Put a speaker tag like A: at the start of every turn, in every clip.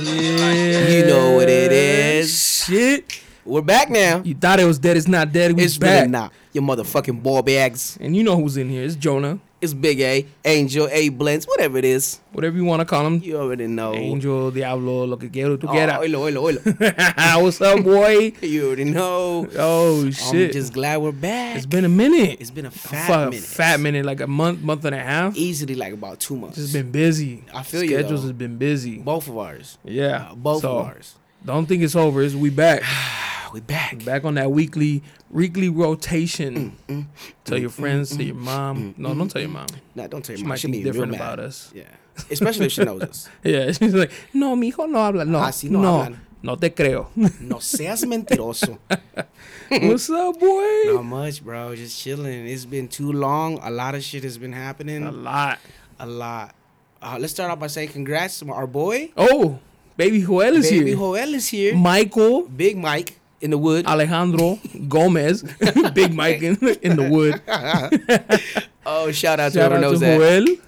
A: You know what it is.
B: Shit.
A: We're back now.
B: You thought it was dead. It's not dead. We
A: It's
B: back.
A: really not. Your motherfucking ball bags.
B: And you know who's in here. It's Jonah.
A: It's Big A, Angel, A Blends, whatever it is.
B: Whatever you want to call him.
A: You already know.
B: Angel, Diablo, lo que quiero, tu
A: Oh,
B: quieras.
A: oilo, oilo, oilo.
B: What's up, boy?
A: you already know.
B: Oh,
A: I'm
B: shit.
A: just glad we're back.
B: it's been a minute.
A: it's been a fat
B: Fuck,
A: minute.
B: fat minute. Like a month, month and a half.
A: Easily like about two months.
B: Just been busy.
A: I feel you,
B: Schedules
A: though.
B: has been busy.
A: both of ours.
B: yeah.
A: Uh, both
B: So,
A: of ours. Ah,
B: Don't think it's over. It's we back.
A: We back.
B: back on that weekly weekly rotation.
A: Mm,
B: Tell your friends, tell your mom. No, don't tell your mom.
A: Nah, don't tell mm, your
B: She
A: mom.
B: might
A: She'll
B: think
A: be real
B: different
A: mad.
B: about us.
A: Yeah. Especially if she knows us.
B: Yeah, she's like, no, mi hijo no habla, no,
A: Ah, sí, no
B: no, no,
A: hablan.
B: te creo.
A: No seas mentiroso.
B: What's up, boy?
A: Not much, bro. Just chilling. It's been too long. A lot of shit has been happening.
B: A lot.
A: a lot. Uh, let's start off by saying congrats to our boy,
B: Oh, baby Joel is
A: baby
B: here. Ah.
A: Joel is here.
B: Michael
A: Big Mike in the wood.
B: Alejandro Gomez, Big Mike in, in the wood.
A: oh, shout out to
B: Shout
A: whoever
B: out to
A: knows that.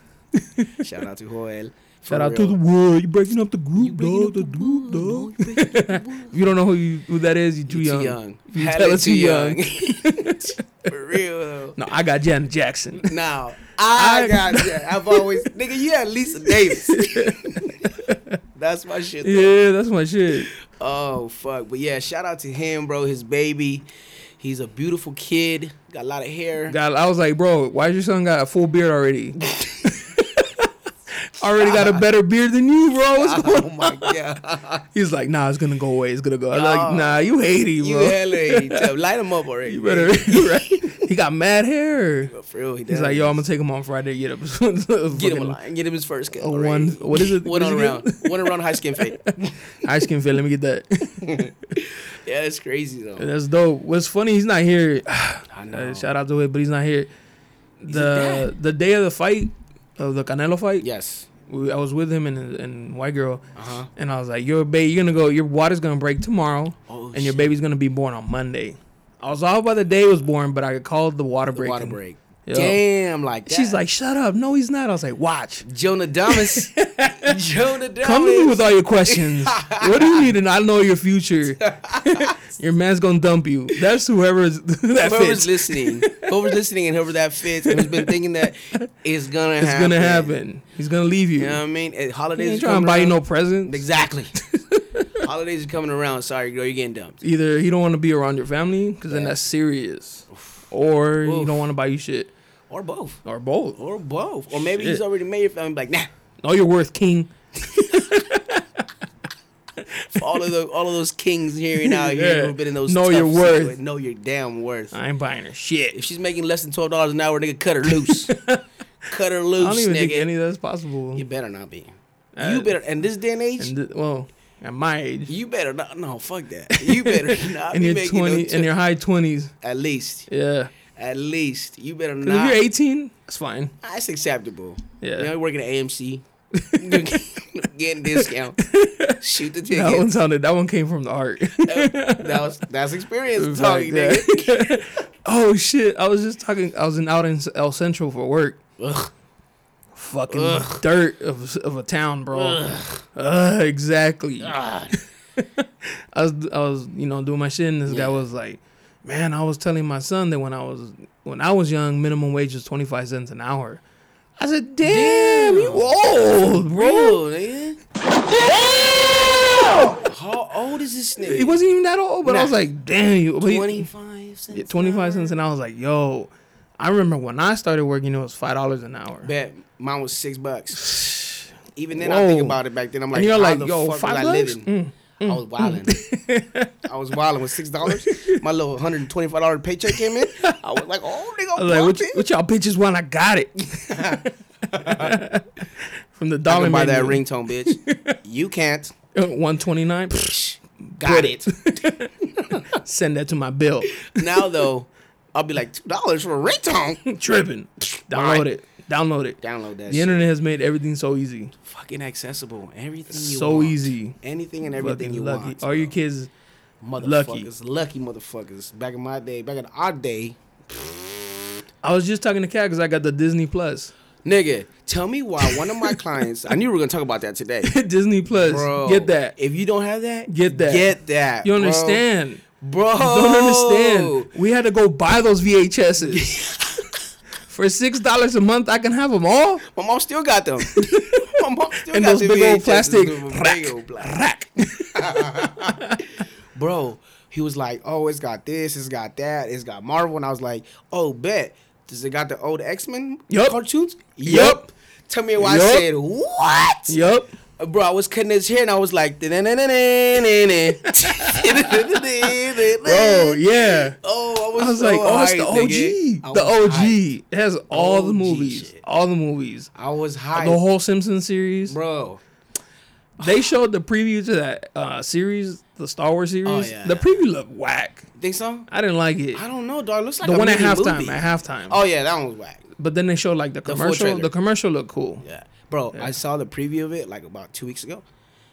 B: Joel.
A: Shout out to Joel. For
B: Shout out to
A: real.
B: the wood. You breaking up the group,
A: breaking
B: dog.
A: up
B: The
A: the
B: group, dog.
A: You breaking up the wood.
B: If you don't know who you, who that is, you're too
A: You
B: young.
A: too young.
B: If You
A: Hella
B: tell us
A: too
B: too young.
A: young. For real. though.
B: No, I got Janet Jackson.
A: Now I,
B: I-
A: got you. I've always nigga, you had Lisa Davis. That's my shit. though.
B: Yeah, that's my shit.
A: Oh fuck! But yeah, shout out to him, bro. His baby, he's a beautiful kid. Got a lot of hair.
B: God, I was like, bro, why's your son got a full beard already? already got a better beard than you, bro. What's going
A: oh my god!
B: He's like, nah, it's gonna go away. It's gonna go. I'm like,
A: No.
B: nah, you hating,
A: you
B: bro.
A: hella hate him. light him up already.
B: you better, right? He got mad hair.
A: But for real, he
B: He's
A: does.
B: like, yo, I'm gonna take him on Friday. Get up,
A: get him a line. Get him his first kill.
B: a
A: already.
B: one- what is it- what
A: One
B: is
A: on
B: it
A: round. One around high skin fade.
B: Ice can feel. Let me get that.
A: Yeah, that's crazy though.
B: That's dope. What's funny? He's not here.
A: I
B: Uh,
A: know.
B: shout out to it, but he's not here. The the day of the fight, of the Canelo fight,
A: yes.
B: we, I was with him and and white girl,
A: Uh huh.
B: and I was like, "Your baby, you're gonna go. Your water's gonna break tomorrow,
A: Oh
B: and your baby's gonna be born on Monday." I was off by the day he was born, but I called the water break.
A: water
B: and-
A: break.
B: Yo.
A: Damn, like that.
B: She's like, "Shut up! No, he's not." I was like, "Watch."
A: Jonah Damas. Jonah Damas.
B: Come to me with all your questions. what do you need to not know your future? your man's gonna dump you. That's whoever's that
A: whoever's
B: fits.
A: listening, whoever's listening, and whoever that fits, and who's been thinking that it's gonna
B: It's
A: happen.
B: gonna happen. He's gonna leave you.
A: You know what I mean? And
B: He
A: holidays
B: ain't
A: are
B: trying
A: coming
B: to buy you
A: around.
B: no presents.
A: exactly. holidays are coming around. Sorry, girl, you're getting dumped.
B: Either he don't want to be around your family, because then
A: Yeah.
B: that's serious, or he
A: Oof.
B: don't want to buy you shit,
A: Or both.
B: or both.
A: Or both. Or maybe he's
B: Shit.
A: already made your family. Like nah.
B: Know your worth, king.
A: For all of the all of those kings here and out
B: Yeah.
A: here who've been in those
B: Know
A: tough
B: your worth.
A: situations, Know your damn worth.
B: I ain't buying her
A: If
B: shit.
A: she's making less than twelve dollars an hour, nigga, cut her loose. cut her
B: I
A: loose,
B: don't even think
A: nigga.
B: any of that's possible.
A: you better not be.
B: Uh,
A: you better. In this day and age,
B: And th- well, at my age,
A: You better not. No, fuck that. You better not
B: in
A: be
B: your
A: making
B: twenty,
A: no
B: in
A: tw-
B: your high twenties,
A: at least,
B: yeah.
A: at least you better
B: 'Cause
A: not.
B: if you're eighteen, that's fine.
A: That's acceptable.
B: Yeah.
A: You know, you're working at AMC, getting discount. Shoot the
B: That one
A: ticket.
B: sounded. That one came from the art.
A: That was that's experience
B: It's
A: talking,
B: like,
A: nigga.
B: yeah. oh shit! I was just talking. I was in out in El Centro for work.
A: Ugh.
B: Fucking
A: Ugh.
B: dirt of, of a town, bro.
A: Ugh.
B: Ugh, exactly.
A: God.
B: I was I was you know doing my shit, and this
A: Yeah.
B: guy was like, "Man, I was telling my son that when I was when I was young, minimum wage was twenty five cents an hour." I said, "Damn, you old, bro."
A: Bro, nigga. How old is this nigga?
B: He wasn't even that old, but I
A: Nah.
B: was like, "Damn, you." but he-
A: twenty five cents.
B: yeah,
A: an
B: 25
A: hour?
B: cents an hour. I was like, yo, I remember when I started working, it was $5 an hour.
A: Bet mine was six bucks. Even then, I think
B: Whoa.
A: about it back then. I'm like,
B: and you're
A: how
B: like,
A: the
B: yo,
A: fuck was
B: five
A: I
B: bucks?
A: living?
B: Mm.
A: I was wilding. I was wilding with six dollars. My little hundred and twenty-five dollar paycheck came in. I was like, "Oh, nigga,
B: I was like,
A: pump
B: what, y-
A: it.
B: what y'all bitches want? I got it. From the
A: I
B: dollar
A: can buy that
B: menu. Uh,
A: ringtone, bitch. you can't.
B: 129
A: Got it.
B: Send that to my bill.
A: Now though, I'll be like two dollars for a ringtone.
B: Tripping. Download
A: Right.
B: it. Download it.
A: Download that.
B: The
A: shit.
B: internet has made everything so easy.
A: fucking accessible. Everything you
B: so
A: want.
B: easy.
A: Anything and everything
B: Fucking
A: you
B: lucky.
A: want.
B: All your
A: bro.
B: kids, lucky.
A: motherfuckers, lucky. motherfuckers. Back in my day, back in our day,
B: I was just talking to Kat because I got the Disney Plus.
A: Nigga, tell me why one of my clients. I knew we were gonna talk about that today,
B: Disney Plus.
A: bro.
B: Get that.
A: If you don't have that,
B: Get that.
A: Get that.
B: You
A: bro.
B: understand?
A: bro?
B: Don't
A: Oh.
B: understand. We had to go buy those VHSs. For six dollars a month, I can have them all.
A: My mom still got them. my mom still
B: And
A: got
B: those
A: the
B: big old
A: VHSs,
B: plastic
A: dude, with
B: rack.
A: big old black-
B: Rack.
A: bro. He was like, "Oh, it's got this, it's got that, it's got Marvel," and I was like, "Oh, bet." Does it got the old X Men
B: Yup.
A: cartoons?
B: Yup.
A: Tell me why I
B: Yup.
A: said what?
B: Yup.
A: Uh, Bro, I was cutting his hair and I was like, bro,
B: Bro, yeah.
A: Oh, I was,
B: I was
A: so
B: like, oh, it's the
A: hyped,
B: OG.
A: nigga. I
B: The
A: was
B: OG.
A: hyped.
B: It has all the
A: OG
B: movies.
A: shit.
B: All the movies.
A: I was hyped,
B: The whole Simpson series.
A: bro.
B: They showed the preview to that uh, series, the Star Wars series.
A: Oh, yeah,
B: the
A: yeah.
B: preview looked whack.
A: Think so?
B: I didn't like it.
A: I don't know, dog. Looks like
B: the
A: a
B: one at
A: mini
B: halftime.
A: movie.
B: At halftime.
A: Oh yeah, that one was whack.
B: But then they showed like the
A: full
B: commercial. The,
A: trailer.
B: commercial looked cool.
A: Yeah, bro. I saw the preview of it like about two weeks ago,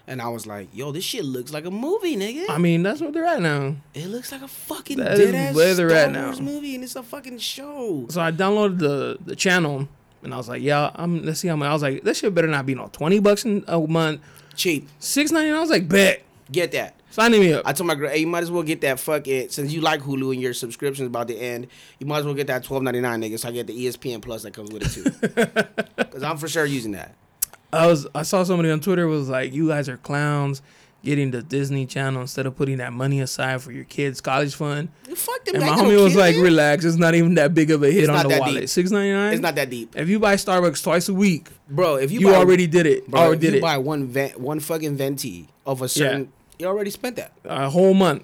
A: and I was like, yo, this shit looks like a movie, nigga.
B: I mean, that's what they're at now.
A: it looks like a fucking
B: Uh, That is
A: dead ass
B: where they're
A: Star
B: at now.
A: Wars movie, and it's a fucking show.
B: So I downloaded the the channel and I was like, yeah, I'm let's see how much. I was like, this shit better not be no twenty bucks in a month,
A: Cheap,
B: six ninety nine. I was like, bet.
A: get that.
B: Sign me up.
A: I told my girl, hey, you might as well get that fuck it since you like Hulu and your subscription's about to end. You might as well get that twelve ninety nine, nigga. So I get the E ESPN Plus that comes with it too, because I'm for sure using that.
B: I was I saw somebody on Twitter was like, "You guys are clowns, getting the Disney Channel instead of putting that money aside for your kids' college fund."
A: Fuck them.
B: And
A: that
B: my
A: little
B: homie was
A: kid,
B: like,
A: man.
B: "Relax, it's not even that big of a hit
A: not
B: on the
A: that
B: wallet.
A: deep.
B: Six ninety nine.
A: it's not that deep,
B: If you buy Starbucks twice a week,
A: bro. If you
B: you,
A: buy,
B: already did it.
A: bro,
B: or
A: if
B: did
A: you
B: it
A: buy one vent, one fucking venti of a certain, you already spent that.
B: a whole month.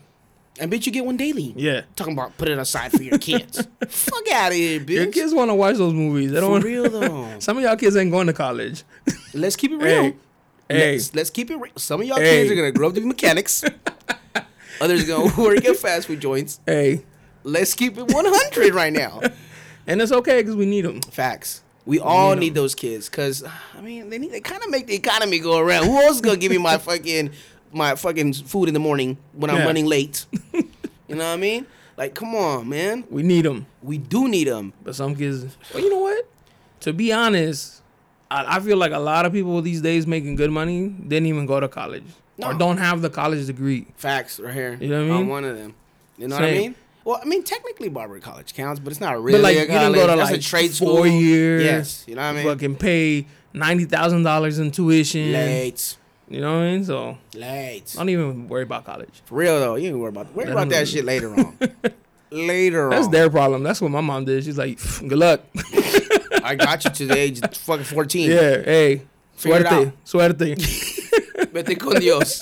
A: And bitch, you get one daily.
B: Yeah.
A: Talking about put it aside for your kids. Fuck out of here, bitch.
B: Your kids want to watch those movies. They don't.
A: for
B: wanna-
A: real though.
B: Some of y'all kids ain't going to college.
A: Let's keep it real.
B: Hey, hey,
A: Let's, let's keep it real. Some of y'all
B: Hey.
A: kids are gonna grow up to be mechanics. Others gonna work at fast food joints.
B: hey,
A: Let's keep it 100 right now.
B: and it's okay because we need them.
A: Facts. We all
B: need
A: need those kids because I mean they need they kind of make the economy go around. Who else is gonna give me my fucking my fucking food in the morning when I'm
B: Yeah.
A: running late? you know what I mean? Like, come on, man.
B: We need them.
A: We do need them.
B: But some kids, well, you know what? To be honest, I, I feel like a lot of people these days making good money didn't even go to college or
A: No.
B: don't have the college degree.
A: Facts right here.
B: You know what I
A: I'm
B: mean?
A: one of them. You know what I
B: Same.
A: mean? Well, I mean technically Barber College counts, but it's not really.
B: but like,
A: a
B: you didn't go
A: college.
B: to
A: That's
B: like
A: a trade school.
B: four years.
A: Yes, you know what I mean.
B: Fucking pay ninety thousand dollars in tuition.
A: Late,
B: You know what I mean? So
A: late.
B: don't even worry about college.
A: For real though, you ain't worry about worry
B: Let them
A: about that
B: live.
A: shit later on. later
B: That's
A: on,
B: their problem. That's what my mom did. She's like, good luck.
A: I got you to the age of fucking fourteen.
B: yeah. Hey.
A: Figure it
B: Suerte.
A: out.
B: Suerte.
A: Vete con Dios.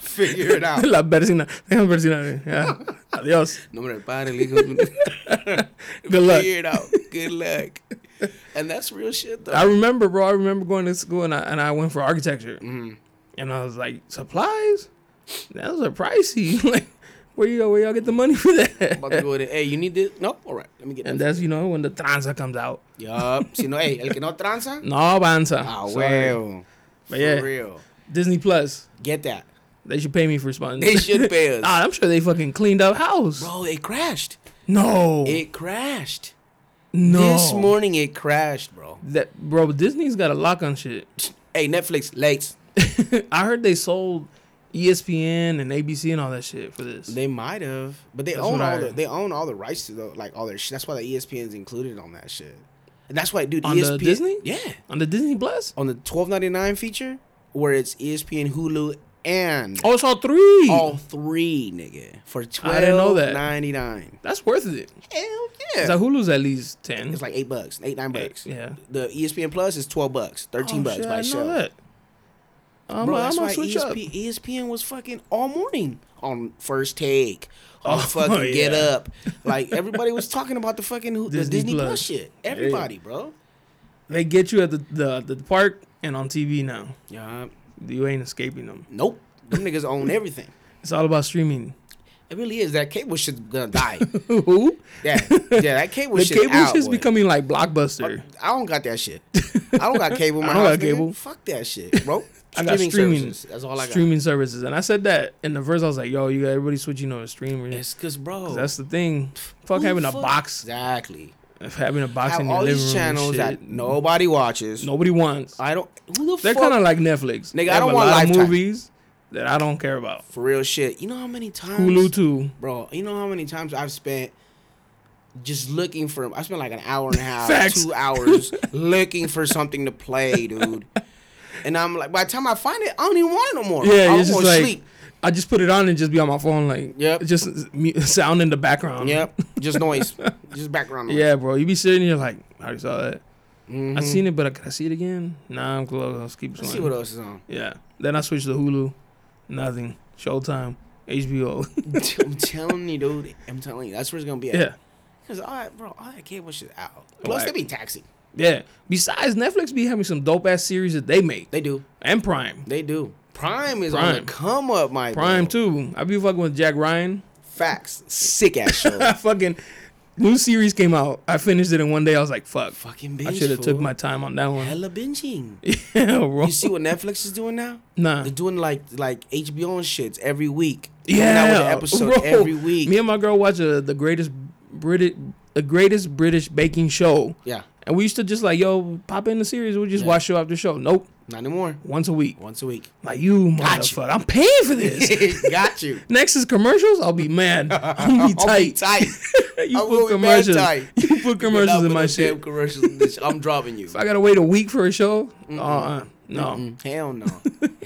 A: Figure it out.
B: La persona. Déjame persona. Yeah. Adios.
A: Nombre del Padre, el Hijo.
B: Good luck.
A: Figure it out. Good luck. And that's real shit though.
B: I remember, bro. I remember going to school and I and I went for architecture,
A: Mm-hmm.
B: and I was like, supplies, those are pricey. like, where you where y'all get the money for
A: about to
B: that?
A: go with it. Hey, you need this? No, all right. Let me get
B: and
A: that.
B: that's you know when the tranza comes out.
A: Yup. Si no, hey, el que no tranza.
B: No avanza.
A: Ah,
B: Sorry.
A: well.
B: But yeah,
A: For real.
B: Disney Plus.
A: Get that.
B: They should pay me for sponsoring.
A: They should pay us.
B: Nah, I'm sure they fucking cleaned up house.
A: Bro, it crashed.
B: no,
A: It crashed.
B: no.
A: This morning it crashed, bro.
B: that bro, Disney's got a lock on shit.
A: Hey, Netflix, late.
B: I heard they sold E ESPN and ABC and all that shit for this.
A: They might have, but they
B: That's
A: own
B: what
A: all
B: I-
A: the they own all the rights to the, like all their shit. That's why the E ESPN's included on that shit. And that's why, dude, E
B: On the Disney?
A: yeah,
B: on the Disney Plus.
A: on the twelve ninety nine feature where it's E ESPN, Hulu, and
B: Oh, it's all three.
A: all three, nigga, for
B: I didn't know
A: twelve
B: that.
A: ninety nine.
B: That's worth it.
A: Hell yeah!
B: So Hulu's at least ten.
A: it's like eight bucks, eight nine bucks.
B: yeah.
A: The E ESPN Plus is twelve bucks, thirteen
B: Oh,
A: bucks
B: shit, I
A: by
B: didn't
A: show.
B: know that. I'm, gonna-
A: Bro,
B: I'm
A: that's
B: gonna
A: why E
B: switch up.
A: ESP, ESPN was fucking all morning on first take. On
B: Oh,
A: fucking get
B: yeah.
A: up. Like everybody was talking about the fucking who- the
B: Disney
A: Disney Plus.
B: Plus.
A: shit. Everybody, bro.
B: They get you at the, the the park and on TV now.
A: Yeah.
B: You ain't escaping them.
A: Nope. Them niggas own everything.
B: It's all about streaming.
A: It really is. That cable shit's gonna die.
B: Who?
A: Yeah. Yeah, that cable
B: The
A: shit.
B: cable
A: out,
B: shit's
A: boy.
B: becoming like blockbuster.
A: I don't got that shit. I don't got cable in my
B: I don't
A: house.
B: got
A: nigga.
B: cable.
A: Fuck that shit, bro.
B: I got streaming.
A: services. That's all I got.
B: Streaming services, and I said that in the verse. I was like, "Yo, you got everybody switching on to streamers.
A: It's cause bro.
B: That's the thing. Fuck
A: who
B: having
A: the
B: a box.
A: Exactly.
B: If having a box
A: have
B: in your
A: all
B: living
A: these
B: room and
A: channels that
B: shit,
A: nobody watches.
B: nobody wants.
A: I don't. Who the
B: They're
A: fuck?
B: kind of like Netflix. They
A: Nigga, I
B: have
A: don't
B: a
A: want
B: lot of
A: Lifetime.
B: movies that I don't care about.
A: for real shit. You know how many times,
B: Hulu too.
A: bro? You know how many times I've spent just looking for. I spent like an hour and a half,
B: Facts.
A: two hours looking for something to play, dude. And I'm like, by the time I find it, I don't even want it no more.
B: Yeah,
A: I
B: it's just
A: almost
B: like I just put it on and just be on my phone, like
A: Yep.
B: just mu- sound in the background.
A: Yep, just noise, just background noise.
B: Yeah, bro. You be sitting here like I already saw that.
A: Mhm.
B: I seen it, but I, can I see it again? Nah, I'm close. I'll keep
A: Let's
B: playing.
A: see what else is on.
B: Yeah. Then I switched to Hulu. Nothing. Showtime. HBO.
A: I'm telling you, dude. I'm telling you, that's where it's gonna be at.
B: yeah.
A: Cause all that, bro, all that cable shit out. Plus,
B: Whack.
A: they be taxing.
B: Yeah. Besides, Netflix be having some dope ass series that they make.
A: They do.
B: And Prime.
A: They do. Prime is on
B: Prime.
A: the come up, my
B: Prime
A: bro.
B: too. I be fucking with Jack Ryan.
A: Facts. Sick ass show.
B: I fucking new series came out. I finished it in one day. I was like, fuck.
A: Fucking binge.
B: I should have
A: fool.
B: took my time on that one.
A: hella binging.
B: yeah, bro.
A: You see what Netflix is doing now?
B: nah.
A: They're doing like like HBO and shits every week. Coming
B: Yeah,
A: out with an episode
B: bro.
A: every week.
B: Me and my girl watch uh, the greatest British, the greatest British baking show,
A: yeah,
B: and we used to just like, yo, pop in the series. We just
A: Yeah.
B: watch show after show. Nope,
A: not anymore.
B: once a week.
A: Once a week.
B: Like you,
A: Got you.
B: motherfucker, I'm paying for this.
A: Got you.
B: Next is commercials. I'll be mad. I'll be
A: I'll be
B: tight.
A: tight.
B: you
A: I will
B: put
A: be mad
B: commercials.
A: tight.
B: You put commercials
A: Not
B: in my
A: putting
B: shit.
A: damn Commercials in this. I'm dropping you.
B: If I gotta wait a week for a show, uh, no.
A: Mm, hell no.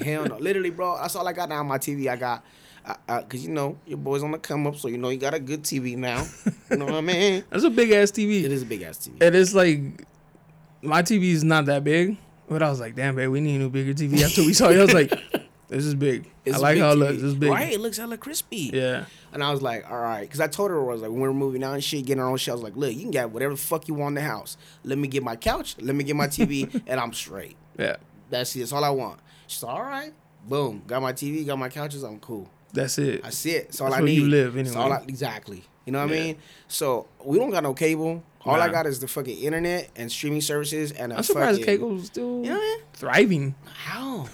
A: hell no. Literally, bro, that's all I got now on my TV. I got, I, I, cause you know your boy's on the come up, so you know you got a good TV now. you know what I mean?
B: That's a big ass TV.
A: It is a big ass TV.
B: And it's like my TV is not that big, but I was like, damn, babe, we need a new bigger TV. After we saw it, I was like, this is big.
A: It's
B: I
A: a
B: like
A: big
B: how it
A: TV.
B: looks. It's big.
A: Right? It looks hella crispy.
B: Yeah.
A: And I was like, all right, because I told her I was like, when we were moving out and shit, getting our own shit, I was like, look, you can get whatever the fuck you want in the house. Let me get my couch. Let me get my TV, and I'm straight.
B: Yeah.
A: That's it. That's all I want. She's like, all right. Boom. Got my TV. Got my couches. I'm cool.
B: That's it.
A: That's it. That's all
B: That's
A: I
B: where
A: need.
B: you live,
A: That's
B: anyway.
A: all I, exactly. You know what
B: Yeah.
A: I mean? So we don't got no cable. All I
B: Nah.
A: got is the fucking internet and streaming services and a
B: I'm surprised
A: fucking,
B: Cable's still
A: You know what I mean?
B: thriving.
A: How?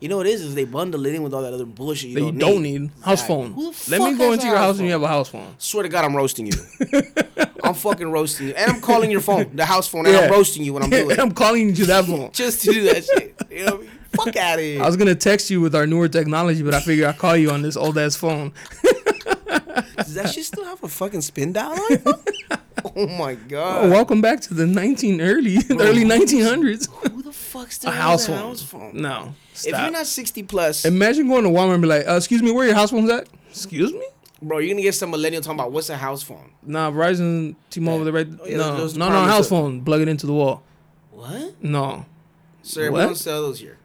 A: you know what it is? Is they bundle it in with all that other bullshit you
B: that you
A: don't,
B: don't need, house
A: Exactly.
B: phone.
A: Who the
B: Let me
A: fuck
B: go
A: has
B: into
A: a
B: your
A: house
B: house and you
A: phone?
B: have a house phone.
A: Swear to God, I'm roasting you. I'm fucking roasting you, and I'm calling your phone, the house phone, and
B: Yeah.
A: I'm roasting you when I'm doing it,
B: I'm calling you to that phone.
A: just to do that shit. You know what I mean? Fuck out of here.
B: I was gonna text you with our newer technology, but I figured I'd call you on this old ass phone.
A: Does that shit still have a fucking spin dial on it? oh my god.
B: Oh, welcome back to the 19 early, early 1900s.
A: Who the fuck still
B: A
A: has
B: house
A: a
B: phone.
A: house phone?
B: No,
A: If
B: stop.
A: you're not 60 plus,
B: Imagine going to Walmart and be like, uh, "Excuse me, where your house phone's at?" Excuse me.
A: bro, you're gonna get some millennial talking about what's a house phone.
B: Nah, Verizon, T-Mobile,
A: Yeah.
B: they're right.
A: Oh, yeah,
B: no,
A: those- those
B: no, no,
A: departments
B: house
A: are-
B: phone. Plug it into the wall.
A: What?
B: No,
A: Sir,
B: What?
A: we don't sell those here.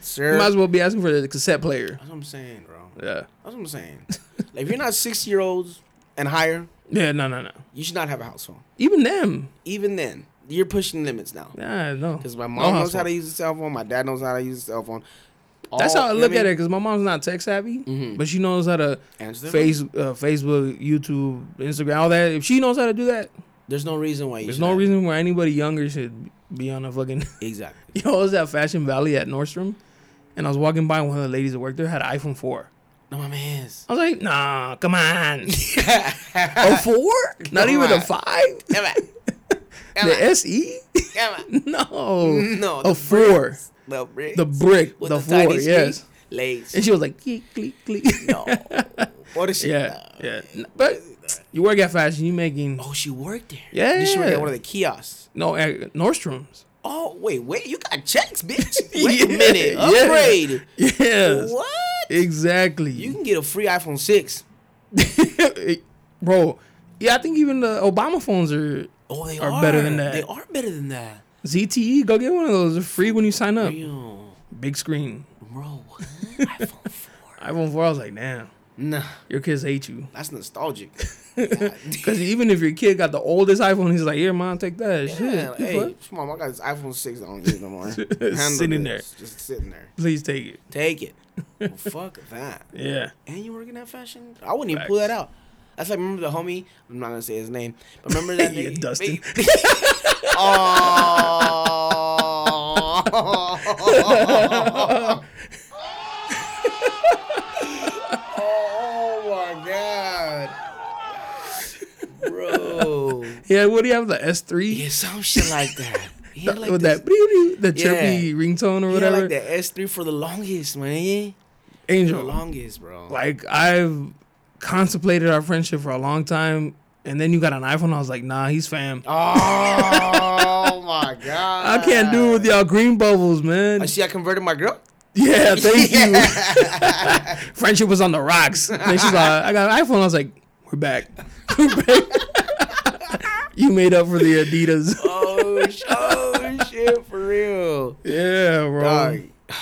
A: Sir,
B: you might
A: that's
B: as well be asking for the cassette player.
A: what I'm saying, bro.
B: Yeah,
A: That's what I'm saying. like, if you're not 60 year olds and higher,
B: yeah, no, no, no.
A: you should not have a house phone.
B: Even them.
A: Even then, you're pushing limits now.
B: Nah, no.
A: Because my
B: No
A: mom
B: house
A: knows how
B: phone.
A: to use a cell phone, my dad knows how to use a cell phone.
B: That's
A: All-
B: how I
A: you know
B: look
A: what
B: at
A: mean? Mm-hmm.
B: it. Because my mom's not tech savvy, but she knows how to
A: Answer the
B: face uh, Facebook, YouTube, Instagram, all that. If she knows how to do that,
A: There's no reason why you
B: there's
A: should
B: no
A: have it.
B: reason why anybody younger should be on a fucking.
A: Exactly.
B: Yo, I was at Fashion Valley at Nordstrom, and I was walking by and one of the ladies that worked there had an iPhone 4.
A: No, my man's.
B: I was like, nah, come on. a four? Not
A: Come
B: even a
A: on.
B: five?
A: Come on. Come
B: The
A: on.
B: SE?
A: Come on.
B: No.
A: No,
B: A
A: the
B: four.
A: bricks. The brick.
B: Oh. The brick. The, four, yes.
A: Lace.
B: And she was like, click, click, click.
A: No. What is she?
B: Yeah.
A: No.
B: Yeah. N- But you work at fashion, you making.
A: Oh, she worked there.
B: Yeah.
A: Did she work at one of the kiosks?
B: No, at Nordstrom's.
A: Oh, wait, wait. You got checks, bitch. Wait a
B: Yeah,
A: minute.
B: yeah.
A: Upgrade.
B: Yes.
A: What?
B: Exactly.
A: You can get a free iPhone 6.
B: Bro. Yeah, I think even the Obama phones are
A: Oh, they
B: Are
A: are.
B: better than that.
A: They are better than that.
B: ZTE. E, Go get one of those. They're free when you sign up.
A: Yo,
B: Big screen.
A: bro, what? iPhone 4.
B: iPhone 4, I was like, damn,
A: Nah,
B: your kids hate you.
A: that's nostalgic.
B: Because even if your kid got the oldest iPhone, he's like, here, mom, take that.
A: Yeah,
B: Shit.
A: hey, mom, I got this iPhone 6 I don't use no more. Handle
B: Sitting
A: this. Just sitting there.
B: Please take it.
A: Take it. Well, fuck that.
B: Yeah.
A: And you working at fashion? I wouldn't even pull that out. That's like remember the homie. I'm not gonna say his name. But remember that
B: Yeah,
A: nigga
B: Dustin.
A: oh. oh my god, bro.
B: Yeah, what do you have? The S three
A: Yeah, some shit like that. He had like
B: with
A: this-
B: that the chirpy
A: Yeah.
B: ringtone or
A: he had
B: whatever.
A: like the S three for the longest, man. For the
B: Angel,
A: longest, bro.
B: like I've contemplated our friendship for a long time, and then you got an iPhone. I was like, nah, he's fam.
A: oh my
B: I
A: god.
B: can't do it with y'all green bubbles, man.
A: I see. I converted my girl.
B: Yeah, thank you. Friendship was on the rocks. And she's like, I got an iPhone. I was like, we're back. We're back. you made up for the Adidas.
A: Oh, sh- oh shit, for real.
B: yeah, bro.
A: Dog. Um,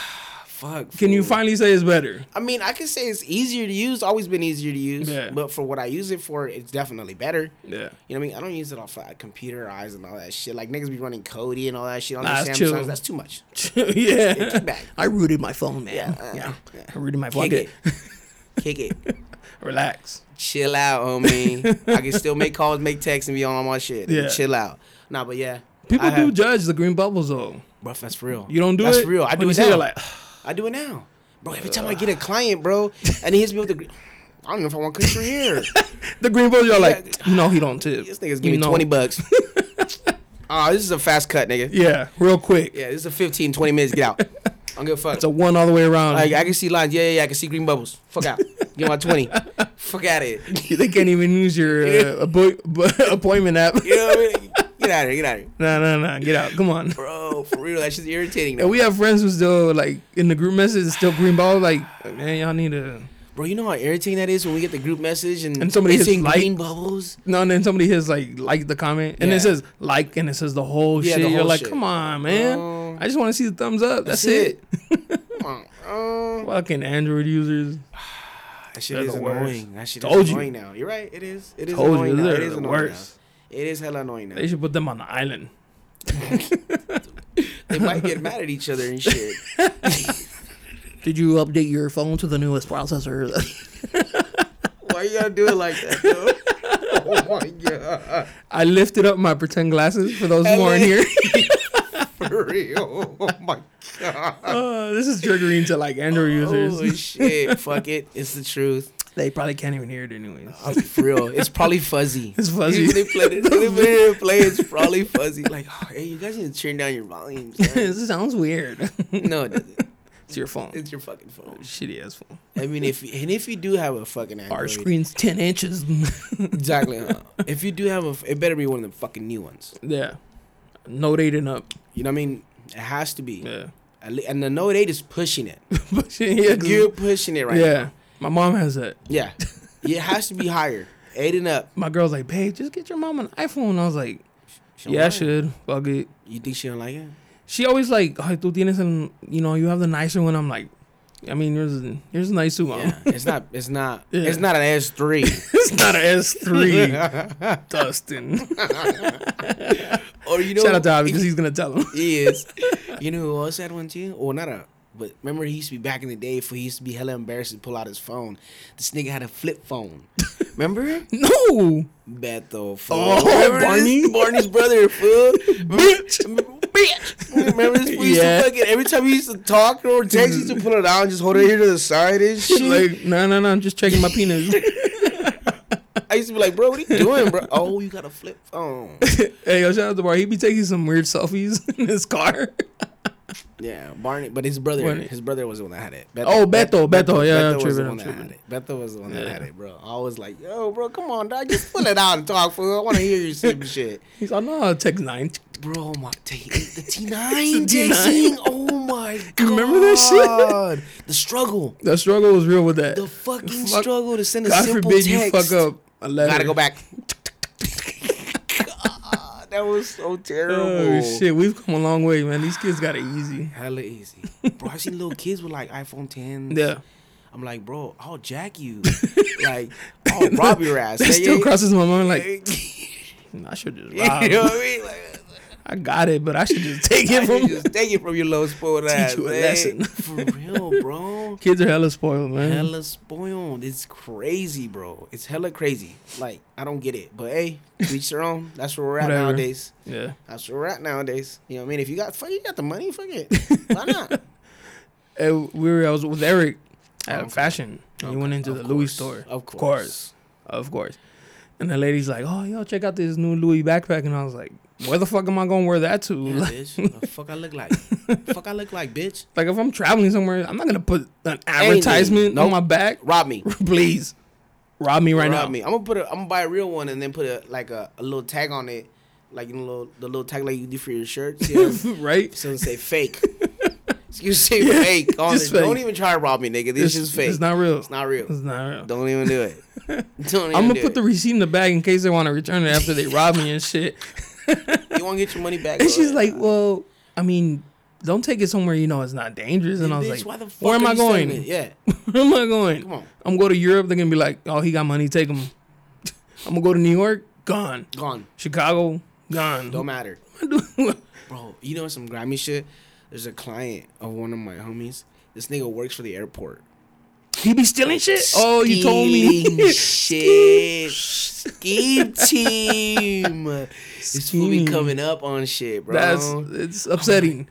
A: Fuck.
B: Can you
A: fool.
B: finally say it's better?
A: I mean, I can say it's easier to use. Always been easier to use.
B: Yeah.
A: But for what I use it for, it's definitely better.
B: Yeah.
A: You know what I mean? I don't use it off like computerized and all that shit. Like niggas be running Cody and all that shit on
B: Nah,
A: their
B: it's
A: Samsungs.
B: chill.
A: That's too much.
B: yeah.
A: kick back.
B: I rooted my phone, man. Yeah.
A: uh, yeah.
B: I rooted my phone.
A: Kick it. Kick it.
B: Relax.
A: Chill out, homie. I can still make calls, make texts, and be on my shit.
B: Yeah.
A: Chill out. Nah, but yeah.
B: People
A: I
B: do
A: have-
B: judge the green bubbles though.
A: Bro, that's for real.
B: You don't do
A: that's
B: it.
A: That's real. I
B: When
A: do
B: you
A: it
B: say it,
A: now.
B: like,
A: I do it now. Bro, every time I get a client, bro, and he hits me with the. gr- I don't know if I want Christian here.
B: the green bubbles, you're like, no, he don't tip.
A: This nigga's
B: You
A: giving me
B: know.
A: 20 bucks. Ah, this is a fast cut, nigga.
B: Yeah, real quick.
A: Yeah, this is a 15, 20 minutes. Get out. I don't give a fuck.
B: It's a one all the way around.
A: Like, I can see lines. Yeah, yeah, yeah. I can see green bubbles. Fuck out. Get my 20. Fuck out of it.
B: they can't even use your uh, abo- b- appointment app.
A: You know what I mean? Get out of here. Get out of here.
B: No, no, no. Get out. Come on.
A: Bro, for real, that's just irritating.
B: And
A: Though.
B: we have friends who still like in the group message it's still green ball. Like, man, y'all need to.
A: Bro, you know how irritating that is when we get the group message and,
B: And somebody
A: it's
B: hits
A: in
B: like-
A: green bubbles?
B: No, and then somebody hits like like the comment, and
A: Yeah.
B: it says like, and it says the whole
A: Yeah,
B: shit.
A: the
B: You're
A: whole
B: like,
A: shit.
B: come on, man.
A: Um,
B: I just want to see the thumbs up. That's, it.
A: Come on. Uh,
B: Fucking Android users.
A: that shit
B: They're
A: is
B: the worst.
A: annoying. That shit
B: Told
A: is
B: you.
A: annoying now. You're right. It is. It is
B: Told you,
A: annoying now.
B: they're
A: It is
B: the
A: annoying
B: worst.
A: now. It is hella annoying now.
B: They should put them on the island.
A: They might get mad at each other and shit.
B: Did you update your phone to the newest processor?
A: Why you gotta do it like that, though? Oh my god.
B: I lifted up my pretend glasses for those
A: And
B: who aren't here.
A: then- For real. Oh my god.
B: Uh, this is triggering to like Android
A: Holy
B: users.
A: shit. Fuck it. It's the truth.
B: They probably can't even hear it anyways.
A: I'll be for real. It's probably fuzzy.
B: It's fuzzy.
A: When they play it, when they play it, it's probably fuzzy. Like, oh, hey, you guys need to turn down your volume. son.
B: this sounds weird.
A: no, it doesn't.
B: it's your phone.
A: It's your fucking phone.
B: shitty ass phone.
A: I mean, if you, and if you do have a fucking Android,
B: Our screen's ten inches.
A: exactly. Huh? If you do have a, it better be one of them fucking new ones.
B: yeah, note eight and up.
A: You know what I mean? It has to be.
B: Yeah,
A: At le- and the Note 8 is pushing it.
B: But she- yeah, 'cause-
A: You're pushing it right now.
B: yeah. My mom has that.
A: Yeah. It has to be higher. Eight and up.
B: My girl's like, babe, just get your mom an iPhone. I was like,
A: She don't
B: yeah, I
A: like it.
B: should. Fuck it.
A: You think she don't like it?
B: She always like, oh, tú tienes el, you know, you have the nicer one. I'm like, I mean, yours is, yours is nice too, mom.
A: Yeah. It's not. It's not.
B: Yeah.
A: It's not an S three.
B: it's not an S3, Dustin.
A: Or you know,
B: Shout out to Javi because he's gonna tell him.
A: he is. You know who else had one too? Or not a. But remember, he used to be back in the day. For he used to be hella embarrassed to pull out his phone. This nigga had a flip phone. Remember?
B: No,
A: Bethel. Fool.
B: Oh,
A: Remember
B: Barney?
A: this? Barney's brother. Fool.
B: bitch.
A: Bitch. Remember this? We used
B: Yeah.
A: to fucking every time he used to talk or text, he used to pull it out and just hold it here to the side and shit.
B: like, no, no, no. I'm just checking my penis.
A: I used to be like, bro, what are you doing, bro? Oh, you got a flip phone.
B: hey, yo, shout out to Bar. He be taking some weird selfies in his car.
A: Yeah, Barney, but his brother,
B: Barney.
A: his brother was the one that had it. Beto,
B: Oh, Beto, Beto, yeah, I'm
A: Beto was
B: tripping,
A: the
B: I'm
A: one that had it.
B: tripping.
A: Beto was the one that
B: Yeah.
A: had it, bro. I was like, yo, bro, come on, dog, just pull it out and talk, fool. I want to hear you some shit,
B: He's like, no, text nine.
A: bro. oh My t- the T nine,
B: T9.
A: Jason. Oh my god,
B: Remember that shit?
A: shit? The struggle,
B: The struggle was real with that.
A: the fucking
B: Fuck-
A: struggle to send a
B: God
A: simple
B: forbid you
A: text.
B: fuck up a letter.
A: Gotta go back. God, that was so terrible.
B: Oh shit, we've come a long way, man. These kids got it easy.
A: Hella easy, bro. I've seen little kids with like iPhone 10s.
B: Yeah,
A: I'm like, bro, I'll jack you. like, I'll rob your ass.
B: that
A: nigga.
B: still crosses my mind. Like,
A: you
B: I should just
A: know
B: rob.
A: what I mean? Like,
B: I got it, but I should just take
A: I
B: it
A: should
B: from.
A: just take it from your low spoiled ass.
B: you a
A: man.
B: lesson.
A: For real, bro.
B: Kids are hella spoiled, man.
A: Hella spoiled. It's crazy, bro. It's hella crazy. Like, I don't get it. But hey, reach their own. That's where we're at
B: Whatever.
A: nowadays.
B: Yeah.
A: That's where we're at nowadays. You know what I mean? If you got fuck, you got the money, fuck it. Why not?
B: Hey, we were. I was with Eric at
A: Okay.
B: fashion. And He went into
A: Of
B: the Louis
A: course.
B: store.
A: Of
B: Of course. Of course. And the lady's like, "Oh, yo, check out this new Louis backpack." And I was like, "Where the fuck am I gonna wear that to?
A: Yeah,
B: Like,
A: bitch. The fuck I look like? fuck I look like, bitch.
B: like, if I'm traveling somewhere, I'm not gonna put an advertisement
A: Nope.
B: on my back.
A: Rob me.
B: Please, rob me right
A: Rob
B: now.
A: me. I'm gonna put a. I'm gonna buy a real one and then put a like a, a little tag on it, like you know, little, the little tag like you do for your shirts. You know?
B: right?
A: Someone say fake. Excuse me,
B: Yeah,
A: fake. on
B: just
A: it. Don't
B: fake.
A: even try to rob me, nigga. This is fake.
B: It's not real.
A: It's not real.
B: It's not real.
A: Don't even do it. Don't even
B: I'm gonna
A: do
B: put the
A: it.
B: receipt in the bag in case they want to return it after they rob me and shit.
A: You won't get your money back.
B: And
A: go
B: she's
A: ahead.
B: like, "Well, I mean, don't take it somewhere you know it's not dangerous." And I was
A: Bitch,
B: like,
A: why the fuck
B: "Where am
A: are
B: I
A: you saying
B: going?
A: it? Yeah.
B: Where am I going?
A: Come on.
B: I'm going to Europe. They're gonna be like, oh, he got money. Take him. I'm gonna go to New York. Gone.
A: Gone.
B: Chicago. Gone.
A: Don't matter.
B: Don't
A: Bro, you know some grimy shit? There's a client of one of my homies. This nigga works for the airport.
B: he be stealing shit. Oh, you told me.
A: Scheme shit. Scheme team. This fool be
B: Scheme.
A: coming up on shit, bro.
B: That's
A: That's,
B: it's upsetting.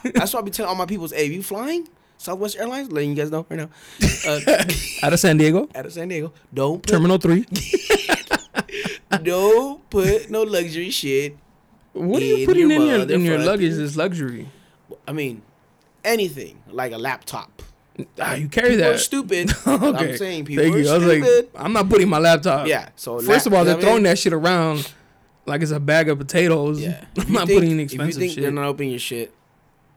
A: why I be telling all my peoples, hey, you flying? Southwest Airlines, letting you guys know right now. Uh,
B: Out of San Diego,
A: out of San Diego, don't put,
B: Terminal Three.
A: don't put no luxury shit.
B: What are you
A: In
B: putting
A: your
B: in your in your
A: motherfucking-
B: luggage? Is luxury.
A: I mean, anything like a laptop.
B: Ah, you carry
A: People
B: that.
A: are stupid.
B: okay.
A: I'm saying people
B: Thank
A: are
B: you. I was
A: stupid.
B: like, I'm not putting my laptop.
A: Yeah. So
B: First
A: lap-
B: of all,
A: you know
B: they're
A: what I
B: throwing
A: mean?
B: that shit around like it's a bag of potatoes.
A: Yeah. If
B: I'm
A: you
B: not
A: think-
B: putting in
A: If
B: expensive
A: you think they're
B: shit.
A: not opening your shit,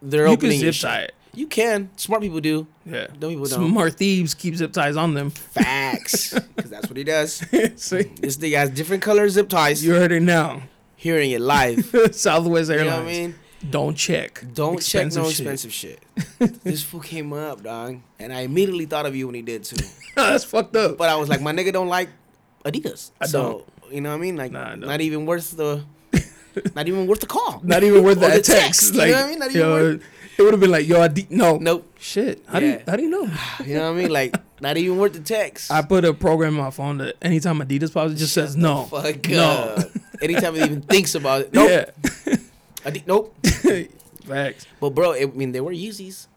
A: they're
B: You
A: opening
B: can
A: your
B: zip tie
A: shit.
B: it.
A: You can. Smart people do.
B: Yeah.
A: Dumb people don't.
B: Smart thieves keep zip ties on them.
A: Facts. Because that's what he does.
B: See?
A: This nigga has different color zip ties.
B: You heard it now.
A: hearing it live.
B: Southwest
A: You
B: Airlines.
A: know what I mean?
B: Don't check.
A: Don't check no
B: shit.
A: expensive shit. this fool came up, dog. And I immediately thought of you when he did too.
B: That's fucked up.
A: But I was like, my nigga don't like Adidas.
B: I
A: so, you know what I mean? Like,
B: Nah, I don't.
A: not even worth the. Not even worth the call.
B: not e- even worth
A: Or
B: that
A: the
B: text.
A: text, you
B: Like,
A: know what I mean? Not even
B: yo,
A: worth-
B: It would have been like, yo, I de- no.
A: Nope.
B: Shit. How do
A: Yeah.
B: you, how do you know?
A: You know what I mean? Like, not even worth the text.
B: I put a program on my phone that anytime Adidas pops, it just says no.
A: Fuck
B: no.
A: up. Anytime it even thinks about it. Nope. I think nope.
B: Facts.
A: But bro, it, I mean they were Yeezys.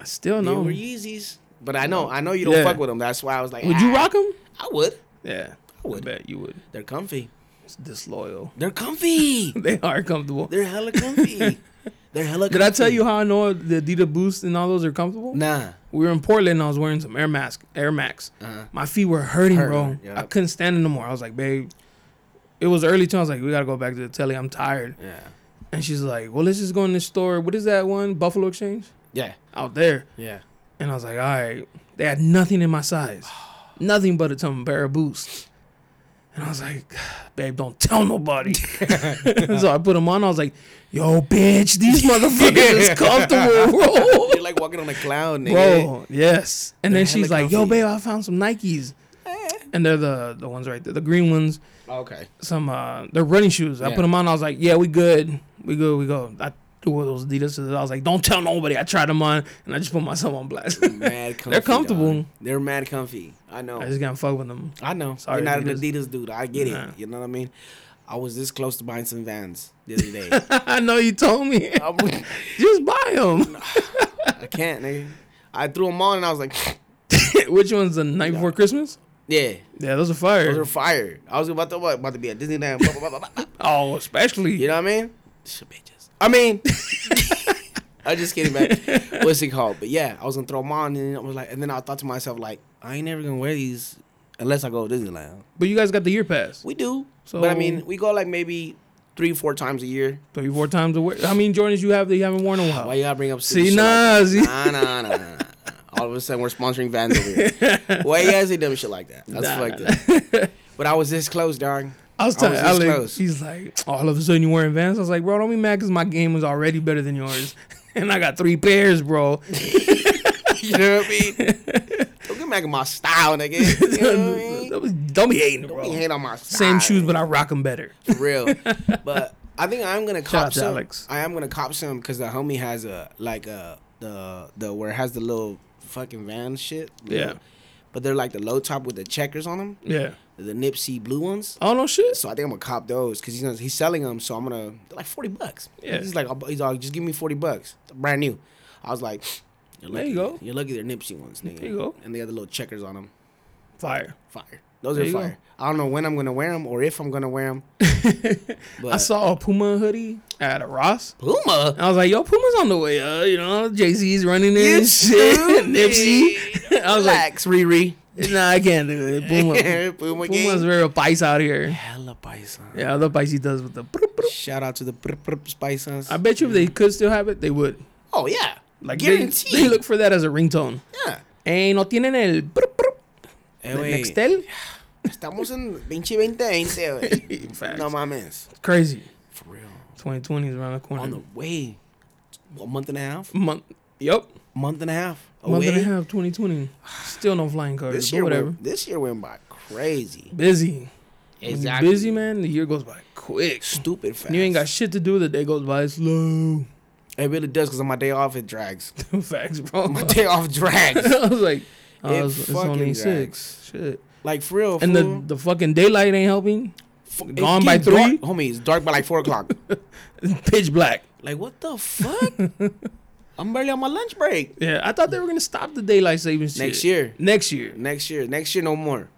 B: I still
A: They
B: know.
A: were Yeezys. But I know, I know you don't
B: Yeah.
A: fuck with them. That's why I was like,
B: Would you
A: ah,
B: rock them?
A: I would.
B: Yeah,
A: I would.
B: bet you would.
A: They're comfy.
B: It's disloyal.
A: They're comfy.
B: They are comfortable.
A: They're hella comfy. They're hella.
B: Did I tell
A: comfy.
B: you how I know the Adidas Boost and all those are comfortable?
A: Nah.
B: We were in Portland. and I was wearing some Air Max. Air Max.
A: Uh-huh.
B: My feet were hurting,
A: Hurt,
B: bro.
A: yeah.
B: I couldn't stand it no more. I was like, babe. It was early too. I was like, we gotta go back to the telly. I'm tired.
A: Yeah.
B: And she's like, well, let's just go in the store. What is that one? Buffalo Exchange
A: Yeah.
B: out there.
A: Yeah.
B: And I was like, all right. They had nothing in my size. Nothing but a some pair of boots. And I was like, babe, don't tell nobody. so I put them on. I was like, yo, bitch, these motherfuckers is comfortable, bro.
A: You're like walking on a cloud, nigga.
B: Bro, yes. And
A: They're
B: then she's
A: hella
B: like, yo,
A: comfy.
B: babe, I found some Nikes. And they're the, the ones right there, the green ones.
A: Okay.
B: Some uh, they're running shoes. I
A: Yeah.
B: put them on. I was like, yeah, we good, we good, we go. I threw one of those Adidas. I was like, don't tell nobody. I tried them on, and I just put myself on blast.
A: Mad comfy.
B: They're comfortable.
A: dog. They're mad comfy. I know.
B: I just can't fuck with them.
A: I know.
B: Sorry,
A: You're not an
B: Adidas.
A: Adidas dude. I get
B: Nah.
A: it. You know what I mean? I was this close to buying some Vans the other day.
B: I know you told me.
A: I'm-
B: Just buy them.
A: I can't, nigga. I threw them on and I was like,
B: Which one's the night before Christmas?
A: yeah,
B: Yeah, those are
A: those
B: fire.
A: are fire. I was about to about to be at Disneyland. blah, blah, blah, blah, blah.
B: oh, especially.
A: You know what I mean? Shit, bitches. I mean, I'm just kidding, man. What's it called? But yeah, I was gonna throw them on and I was like, and then I thought to myself like, I ain't never gonna wear these unless I go to Disneyland.
B: But you guys got the year pass.
A: We do,
B: So-
A: but I mean, we go like maybe three, four times a year.
B: Three, four times a week. How many Jordans you have that you haven't worn in a
A: Why
B: while?
A: you gotta bring up
B: See,
A: shit
B: nah,
A: like
B: see-
A: that? nah, nah, nah, nah, nah. All of a sudden, we're sponsoring Vans over here. Why you guys say dumb shit like that? That's
B: Nah,
A: fucked
B: nah.
A: up. But I was this close, dog.
B: I was telling
A: this
B: Alex,
A: close.
B: he's like, all of a sudden you wearing Vans. I was like, bro, don't be mad because my game was already better than yours, and I got three pairs, bro.
A: You know what I mean? Don't get mad at my style, nigga. You know what I mean?
B: Don't be- don't be hating,
A: Don't be
B: bro.
A: hate on my style.
B: Same shoes, but I rock them better.
A: for real. But I think I'm gonna
B: out
A: cop
B: to
A: some.
B: Alex.
A: I am gonna cop some because the homie has a like a the the where it has the little fucking van shit. you
B: Yeah.
A: know? But they're like the low top with the checkers on them,
B: Yeah.
A: the Nipsey blue ones.
B: Oh no, shit.
A: So I think I'm gonna cop those because he's gonna, he's selling them. So I'm gonna they're like forty bucks.
B: Yeah.
A: He's like I'll- he's like just give me forty bucks, brand new. I was like, you're
B: There
A: lucky.
B: you go.
A: You're lucky they're Nipsey ones, nigga.
B: There you go.
A: And they had the little checkers on them.
B: Fire.
A: Fire. Those
B: There
A: are
B: you go.
A: fire. I don't know when I'm gonna wear them or if I'm gonna wear them. but
B: I saw a Puma hoodie at a Ross.
A: Puma.
B: And I was like, yo, Puma's on the way. Uh, you know, Jay Z's running in
A: You
B: and shit. Nipsey.
A: stupid.
B: I was like,
A: Relax, Riri.
B: nah, I can't do it. Puma.
A: Puma
B: Puma's
A: gang.
B: real pice out here.
A: Hella Bison.
B: Yeah, I love pice he does with the. brr, brr.
A: Shout out to the Prip Prip Bisons.
B: I bet you if they could still have it, they would.
A: Oh yeah, like
B: they-
A: guaranteed.
B: They, look for that as a ringtone.
A: yeah.
B: Hey, no tienen el. brr, brr,
A: Eh,
B: de
A: wey,
B: Nextel?
A: Estamos en 2020, wey.
B: Facts.
A: No mames.
B: Crazy.
A: For real.
B: 2020 is around the corner.
A: On the way. A month and a half.
B: month. Yep.
A: Month and a half.
B: Month
A: away.
B: and a half, 2020. Still no flying cars,
A: Oh, This
B: but
A: year,
B: whatever.
A: went, this year went by crazy.
B: Busy. When you busy, man, the year goes by quick.
A: Stupid fast.
B: You ain't got shit to do. The day goes by slow.
A: It really does because on my day off it drags.
B: Facts, bro.
A: My day off drags.
B: I was like, oh,
A: It
B: it's, it's
A: fucking
B: only
A: drags.
B: six. Shit.
A: Like for real.
B: And the,
A: fool.
B: the fucking daylight ain't helping.
A: Fuck, it
B: gone by
A: gets dark-
B: three?
A: homie. It's dark by like four o'clock.
B: It's pitch black.
A: like what the fuck? I'm barely on my lunch break.
B: Yeah, I thought they were gonna stop the daylight savings
A: Next
B: shit.
A: year.
B: Next year,
A: Next year. Next year, no more.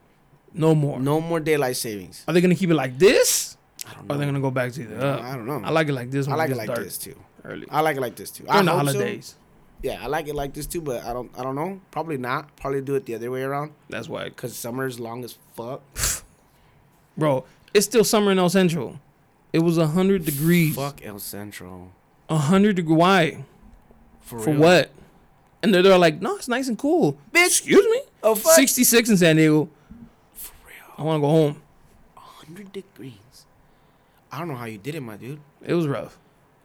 B: no more.
A: No more daylight savings.
B: Are they gonna keep it like this?
A: I don't
B: Or are they
A: know.
B: gonna go back to the?
A: I don't know.
B: I like it like this.
A: I
B: When
A: like it
B: gets
A: like
B: dark
A: this too.
B: Early.
A: I like it like this too. I
B: During the
A: hope so.
B: holidays.
A: Yeah, I like it like this too, but I don't. I don't know. Probably not. Probably do it the other way around
B: That's why,
A: because summer's long as fuck.
B: bro. It's still summer in El Central. It was hundred degrees.
A: Fuck El Centro.
B: hundred degrees. Why? For
A: real.
B: what? And they're, they're like, no, it's nice and cool. Bitch, excuse me.
A: Oh fuck.
B: 66 in San Diego.
A: For real.
B: I want to go home.
A: Hundred degrees. I don't know how you did it, my dude.
B: It was rough.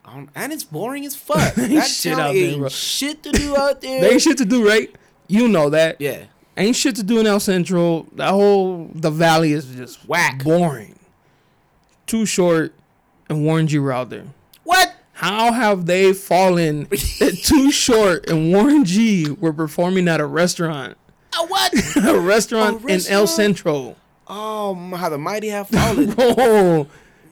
A: I don't, and it's boring as fuck.
B: Ain't
A: That
B: shit
A: town
B: out there,
A: ain't
B: bro.
A: shit to do out there.
B: There ain't shit to do, right? You know that.
A: yeah.
B: Ain't shit to do in El Central. That whole the valley is just
A: Whack.
B: boring. Too short, and warned you were out there.
A: What?
B: How have they fallen that Too Short and Warren G were performing at a restaurant?
A: A Uh, what?
B: A restaurant,
A: A
B: in El
A: restaurant?
B: Centro. Oh,
A: oh, how the mighty have fallen.
B: Bro,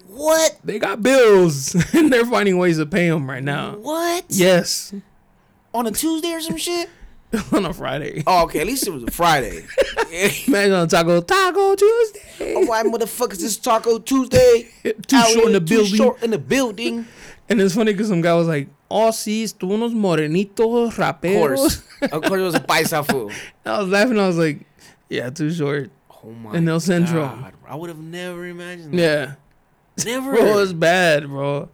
A: what?
B: they got bills and they're finding ways to pay them right now.
A: What?
B: Yes,
A: On a Tuesday or some shit?
B: on a Friday.
A: Oh, okay. At least it was a Friday.
B: Imagine on Taco Taco Tuesday.
A: Oh, Why motherfuckers this Taco Tuesday?
B: Too
A: Out
B: short in
A: here,
B: the
A: too
B: building.
A: short in the building.
B: And it's funny because some guy was like, "Oh, sí, estuvo unos morenitos
A: Of course.
B: raperos."
A: of course, it was a paisa fool.
B: I was laughing. I was like, "Yeah, too short."
A: Oh my
B: In El Centro.
A: God. I would have never imagined that.
B: Yeah,
A: Never.
B: bro, it's bad, bro.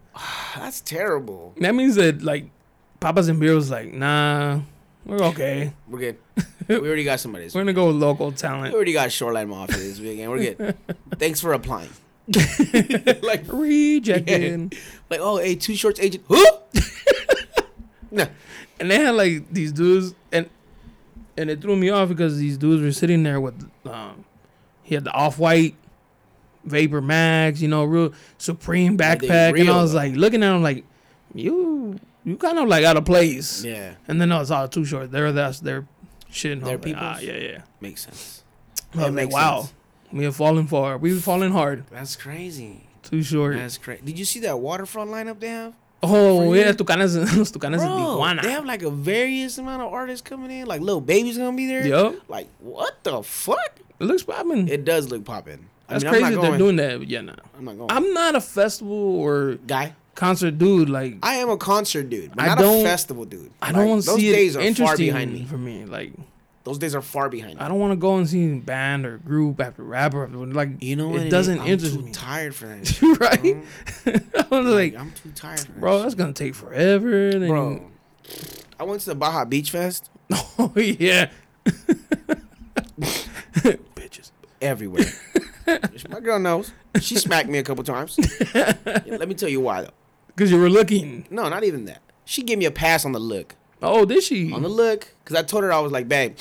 A: That's terrible.
B: That means that like, Papas and Beer was like, "Nah, we're okay.
A: We're good. We already got somebody. This
B: We're gonna
A: week.
B: go with local
A: We
B: talent."
A: already got Shoreline Mafia this weekend. We're good. Thanks for applying. like,
B: Rejected.
A: like, oh, hey, two shorts agent. Who? no.
B: And they had like these dudes, and and it threw me off because these dudes were sitting there with, um, he had the off white Vapor Max, you know, real Supreme
A: Like, they
B: backpack, and
A: real,
B: I was
A: though.
B: like looking at him like, you you kind of like out of place.
A: Yeah,
B: And then I was all too short. They're that's their shit. And I
A: Their
B: was like, ah,
A: peoples?
B: yeah, yeah.
A: makes sense.
B: I was like,
A: makes
B: wow,
A: sense.
B: we have fallen far. We've fallen hard.
A: That's crazy.
B: Too short.
A: That's crazy. Did you see that waterfront lineup they have?
B: oh
A: for you.
B: yeah, tucanes, los tucanes de
A: Bro,
B: Tijuana.
A: they have like a various amount of artists coming in. Like little baby's gonna be there.
B: Yup.
A: Like what the fuck?
B: it looks popping.
A: It does look popping.
B: That's
A: I mean,
B: crazy
A: I'm
B: that
A: not
B: they're
A: going.
B: doing that. but Yeah, nah.
A: I'm not going.
B: I'm not a festival or
A: guy.
B: concert dude. Like I,
A: I am a concert dude, but
B: I
A: not
B: don't-
A: a festival dude.
B: don't
A: Like,
B: want to see
A: days
B: it
A: are far
B: interesting
A: behind me.
B: for me. Like
A: Those days are far behind me.
B: I don't want to go and see band or group after rapper. After, like
A: You know what?
B: it doesn't
A: I'm
B: interest
A: too
B: me.
A: Tired for that. shit,
B: right? I was
A: Like,
B: like,
A: I'm too tired. For that
B: bro,
A: shit.
B: that's gonna take forever. And
A: bro. I went to the Baja Beach Fest.
B: oh yeah. Bitches.
A: Everywhere. My girl knows. She smacked me a couple times. Let me tell you why though.
B: Because you were looking.
A: No, not even that. She gave me a pass on the look.
B: Oh, did she?
A: On the look, because I told her I was like, babe,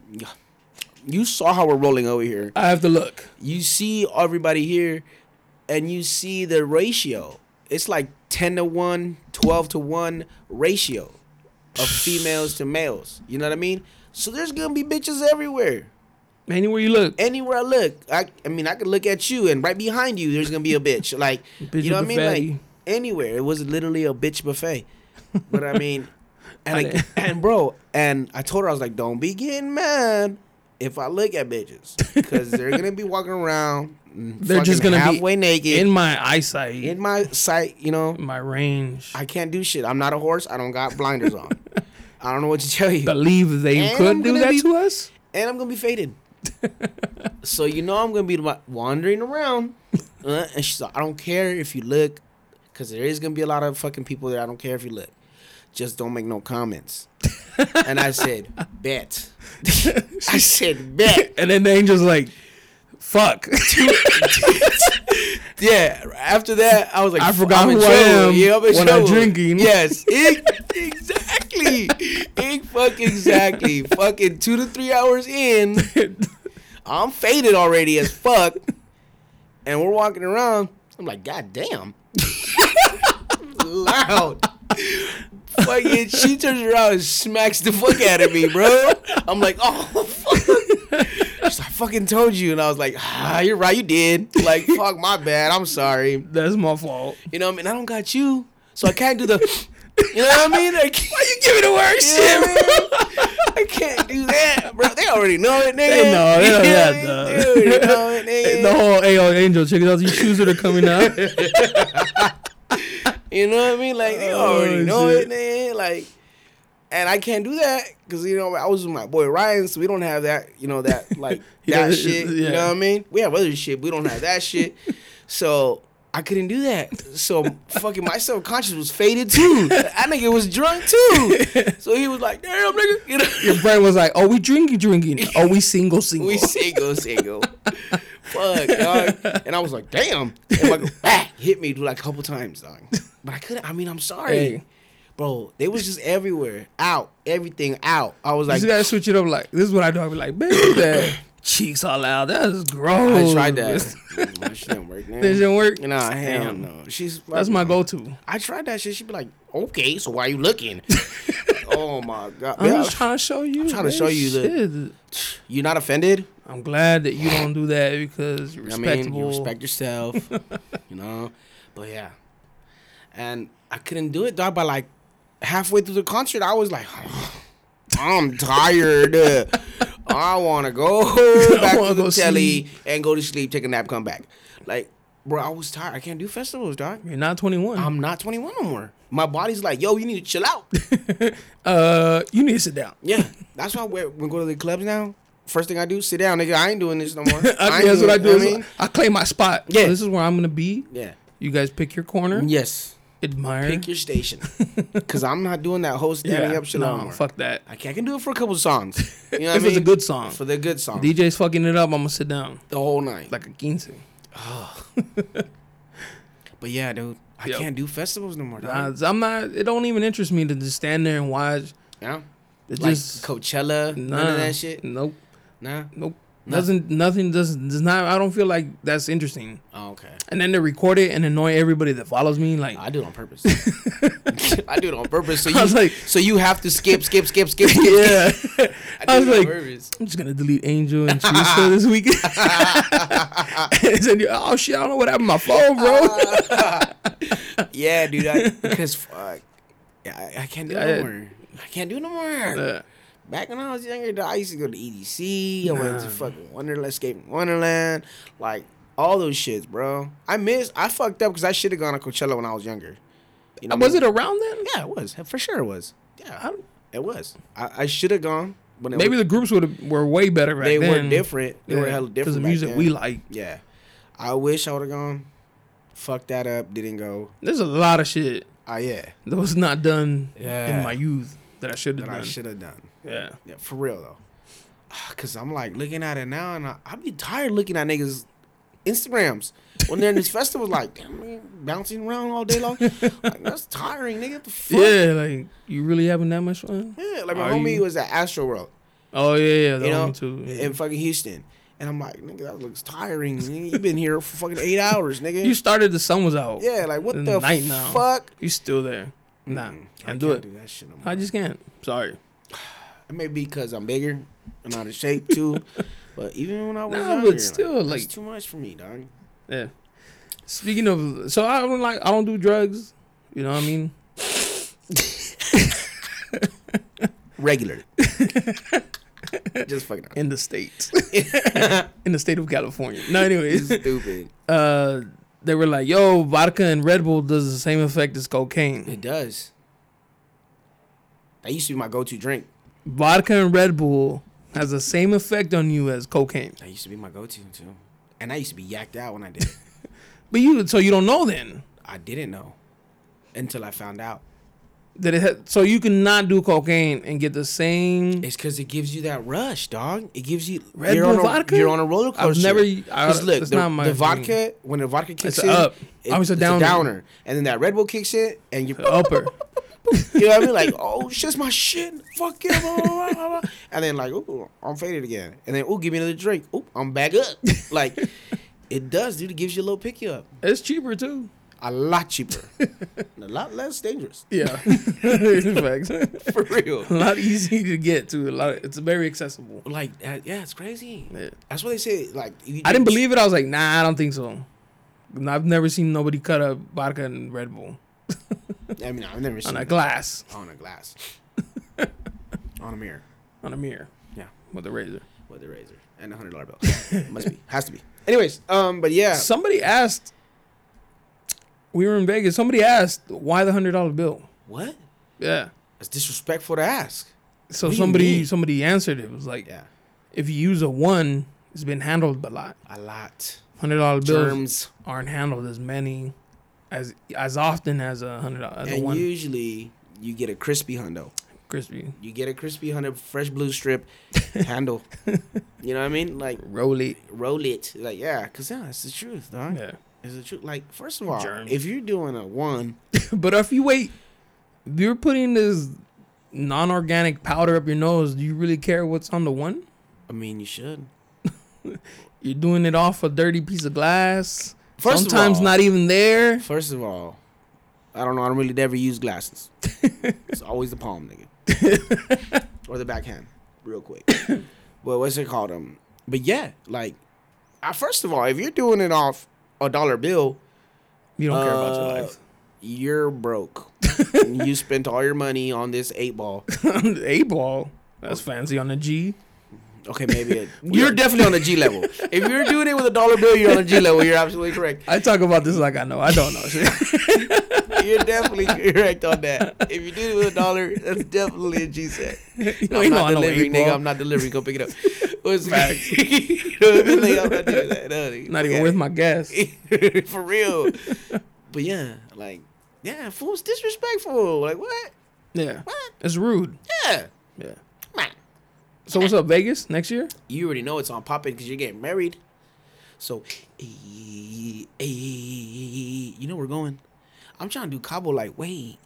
A: you saw how we're rolling over here.
B: I have to look.
A: You see everybody here, and you see the ratio. It's like 10 to 1, 12 to 1 ratio of females to males. You know what I mean? So there's going to be bitches everywhere.
B: Anywhere you look.
A: anywhere I look, I I mean I could look at you and right behind you there's gonna be a bitch. Like
B: Bitch
A: you know what I
B: with
A: mean?
B: the
A: Like
B: fatty.
A: anywhere. It was literally a bitch buffet. But I mean and
B: I
A: I,
B: didn't-
A: and bro, and I told her I was like, Don't be getting mad if I look at bitches because they're gonna be walking around. mm,
B: They're just gonna be
A: halfway naked
B: in
A: in,
B: my eyesight, in
A: my sight. You know,
B: my range.
A: I can't do shit. I'm not a horse. I don't got blinders on. I don't know what to tell you.
B: believe they
A: And
B: could
A: I'm
B: do
A: gonna
B: that
A: be-
B: to us.
A: and I'm gonna be faded. so you know I'm gonna be wa- wandering around, uh, and she's like, I don't care if you look, because there is gonna be a lot of fucking people there. I don't care if you look, just don't make no comments. and I said, bet. I said, bet.
B: And then the angel's like, "Fuck,
A: Yeah. After that, I was like,
B: I forgot
A: I'm in
B: who I
A: trouble.
B: am
A: Yeah, I'm in
B: when I'm
A: trouble.
B: drinking.
A: Yes, e- exactly. E- fuck exactly. fucking two to three hours in. I'm faded already as fuck. and we're walking around. I'm like, God damn. Loud. Fucking she turns around and smacks the fuck out of me, bro. I'm like, oh fuck. She's like, I fucking told you. And I was like, ah, you're right, you did. Like, fuck my bad. I'm sorry.
B: that's my fault."
A: You know what I mean? I don't got you. So I can't do the You know what I mean? I can't, Why you
B: Give it a worse
A: yeah,
B: shit.
A: man. I can't do that, bro. They already know it, nigga.
B: They know, they know
A: Yeah,
B: that, though.
A: They already know it, nigga.
B: The whole AO Angel check it out. These shoes that are coming out.
A: You know what I mean? Like they
B: Oh,
A: already know
B: shit.
A: it, man. Like, and I can't do that because you know I was with my boy Ryan, so we don't have that. You know that like
B: Yeah,
A: that shit. You
B: yeah.
A: know what I mean? We have other shit. We don't have that shit. So. I couldn't do that. So fucking my subconscious was faded too. I nigga was drunk too. So he was like, damn nigga. You know?
B: Your brain was like, "Oh, we drinking, drinking. Oh, we single, single."
A: We single, single. Fuck, dog. And I was like, damn. And like, back hit me like a couple times, dog. But I couldn't. I mean, I'm sorry,
B: Hey.
A: bro. They was just everywhere, out, everything out. I was
B: You
A: like,
B: just gotta switch it up. Like this is what I do. I be like, "Baby, that cheeks all out. That's gross."
A: I tried
B: This-
A: that. Mm, she didn't work. Man.
B: This didn't work.
A: Nah, hell
B: Damn.
A: no. She's
B: That's my go-to.
A: I tried that shit. She'd be like, okay, so why you looking? oh my god,
B: I'm
A: Man,
B: just trying to show you. I'm
A: trying to show you
B: that.
A: you not offended?
B: I'm glad that you don't do that because you're
A: I mean,
B: respectable.
A: you respect yourself, you know. But yeah, and I couldn't do it, dog. But like halfway through the concert, I was like, I'm tired. I want to go back
B: wanna
A: to the
B: go
A: telly
B: sleep.
A: and go to sleep, take a nap, come back. Like, bro, I was tired. I can't do festivals, dog.
B: You're not 21.
A: I'm not 21 no more. My body's like, yo, you need to chill out.
B: uh, you need to sit down.
A: yeah, that's why we we go to the clubs now. First thing I do, sit down, nigga. I ain't doing this no more.
B: I,
A: ain't
B: that's
A: doing
B: what I
A: it,
B: do.
A: you know
B: is
A: what I mean?
B: I claim my spot.
A: Yeah.
B: this is where I'm gonna be.
A: Yeah.
B: You guys pick your corner.
A: Yes.
B: Admire.
A: pick your station because I'm not doing that whole standing up shit no
B: no,
A: more.
B: fuck that.
A: I, can, I can do it for a couple songs. You know what I
B: If
A: mean?
B: it's a good song,
A: for the good song,
B: DJ's fucking it up. I'm gonna sit down
A: the whole night.
B: like a quince.
A: but yeah, dude, I
B: Yep.
A: can't do festivals no more.
B: Nah,
A: Dog.
B: it's- I'm not. It don't even interest me to just stand there and watch.
A: yeah,
B: It
A: like
B: just
A: Coachella, none
B: nah,
A: of that shit.
B: Nope.
A: Nah.
B: Nope. Doesn't nothing does does not. I don't feel like that's interesting.
A: Oh, okay.
B: And then to record it and annoy everybody that follows me, like
A: I do it on purpose. I do it on purpose. So
B: I was
A: you,
B: like-
A: so you have to skip, skip, skip, skip. skip.
B: yeah.
A: I, do
B: I was
A: it on
B: like,
A: purpose.
B: I'm just gonna delete Angel and Teresa this weekend. and then you, oh shit, I don't know what happened to my phone, bro.
A: yeah, dude. I, because fuck, yeah, I, I can't do it
B: I-
A: no more. I can't do it no more.
B: Yeah.
A: Back when I was younger, dog, I used to go to EDC. I went to fucking Wonderland, Escape from Wonderland, like all those shits, bro. I miss. I fucked up because I should have gone to Coachella when I was younger. You know
B: Uh, was
A: what
B: it around then?
A: I mean? Yeah, it was for sure. It was. Yeah,
B: I don't-
A: it was. I, I should have gone. When it
B: Maybe
A: was,
B: the groups would have, were way better back
A: they
B: then.
A: were different. They were hella different.
B: because the
A: back
B: music
A: then.
B: we like.
A: Yeah, I wish I would have gone. Fucked that up. Didn't go.
B: There's a lot of shit
A: Ah, yeah.
B: that was not done
A: Yeah.
B: in my youth that I should have
A: That
B: done.
A: I should have done.
B: Yeah,
A: Yeah, for real though. Ah, Cause I'm like looking at it now, and I, I be tired looking at niggas' Instagrams when they're in this festival. Like, damn, man, bouncing around all day long. Like, that's tiring, nigga. What the fuck? Yeah.
B: yeah. Like you really having that much fun?
A: like my
B: Are
A: homie
B: you-
A: was at Astro World,
B: Oh yeah, yeah. That
A: you know,
B: one too. yeah.
A: in fucking Houston, and I'm like, nigga, that looks tiring. nigga. you been here for fucking eight hours, nigga.
B: you started. The sun was out.
A: yeah, like what
B: the
A: the
B: night now.
A: fuck? Mm,
B: You still there? Nah,
A: Mm-mm.
B: can't do it.
A: that shit. No more.
B: I just can't. Sorry.
A: It may be because I'm bigger. I'm out of shape too. but even when I was
B: Nah,
A: younger,
B: but
A: like,
B: still,
A: that's
B: like-
A: too much for me, dog.
B: Yeah. Speaking of, so I don't like. I don't do drugs. You know what I mean?
A: Regular. Just fucking up.
B: in the state, in the state of California. No, anyways,
A: Stupid.
B: uh, they were like, "Yo, vodka and Red Bull does the same effect as cocaine.
A: It does. That used to be my go-to drink.
B: Vodka and Red Bull has the same effect on you as cocaine."
A: That used to be my go-to too. And I used to be yacked out when I did it.
B: But you, so you don't know then
A: I didn't know until I found out.
B: that it. Had, so you cannot do cocaine and get the same.
A: It's because it gives you that rush, dog. It gives you
B: Red
A: you're
B: Bull
A: on a,
B: vodka?
A: You're on a roller coaster.
B: I've never- I-
A: 'Cause look,
B: that's
A: the,
B: not my
A: the
B: thing.
A: vodka when the vodka kicks
B: It's
A: in,
B: up.
A: it-
B: I was a
A: it's
B: downer. Oh,
A: and then that Red Bull kicks in, and you
B: upper.
A: you know what I mean? Like, oh, shit's my shit. Fuck yeah, blah, blah, blah, blah. and then like, ooh, I'm faded again, and then ooh, give me another drink. Ooh, I'm back up. Like, it does, dude. It gives you a little pick you up.
B: It's cheaper too.
A: A lot cheaper, and a lot less dangerous.
B: Yeah, facts. A
A: For real.
B: lot easier to get to. A lot. It's very accessible.
A: Like, uh, yeah, it's crazy.
B: Yeah.
A: That's what they say. Like, you
B: I didn't
A: just-
B: believe it. I was like, nah, I don't think so. I've never seen nobody cut up vodka and Red Bull
A: I mean, I've never seen
B: on a glass
A: on a glass, on a mirror,
B: on a mirror.
A: Yeah.
B: with a razor.
A: with a razor and a hundred dollar bill. Must be, has to be. Anyways, um, but yeah,
B: Somebody asked. We were in Vegas. Somebody asked why the hundred dollar bill.
A: what?
B: Yeah.
A: It's disrespectful to ask.
B: So
A: What do you
B: somebody
A: mean?
B: somebody answered it. It was like,
A: Yeah,
B: if you use a one, it's been handled a lot.
A: a lot.
B: Hundred dollar bills
A: Germs
B: aren't handled as many, as as often as a hundred dollar as a
A: and
B: one
A: usually you get a crispy hundo.
B: crispy.
A: You get a crispy hundo, fresh blue strip handle. You know what I mean? Like
B: Roll it.
A: roll it. Like yeah, cause yeah, it's the truth, dog.
B: Yeah.
A: It's the truth. Like first of all,
B: Germs.
A: if you're doing a one,
B: But if you wait, if you're putting this non-organic powder up your nose. Do you really care what's on the one?
A: I mean you should.
B: You're doing it off a dirty piece of glass.
A: First of
B: Sometimes
A: all-
B: not even there.
A: First of all, I don't know. I don't really never use glasses. it's always the palm, nigga, or the backhand, real quick. well, what's it called? Um, but yeah, like, I, first of all, if you're doing it off a dollar bill,
B: You don't care about
A: Uh,
B: your life.
A: you're broke. you spent all your money on this eight ball.
B: A ball. That's fancy on the G.
A: Okay, maybe a, you're definitely on a G level. If you're doing it with a dollar bill, you're on a G level. You're absolutely correct.
B: I talk about this like I know. I don't know. shit.
A: You're definitely correct on that. If you do it with a dollar, that's definitely a G set.
B: You
A: I'm
B: ain't
A: not
B: know I know
A: delivering, nigga.
B: A-ball.
A: I'm not delivering. Go pick it up. What's
B: Facts.
A: you know what I mean? Like, I'm not doing that. No, nigga.
B: Not even with my gas.
A: my. For real. But yeah, like, yeah, fool's disrespectful. Like, what?
B: Yeah.
A: What?
B: It's rude.
A: Yeah.
B: Yeah.
A: Come on.
B: So what's up, Vegas? Next year?
A: You already know it's on popping because you're getting married. So, eh, eh, you know, we're going. I'm trying to do Cabo lightweight.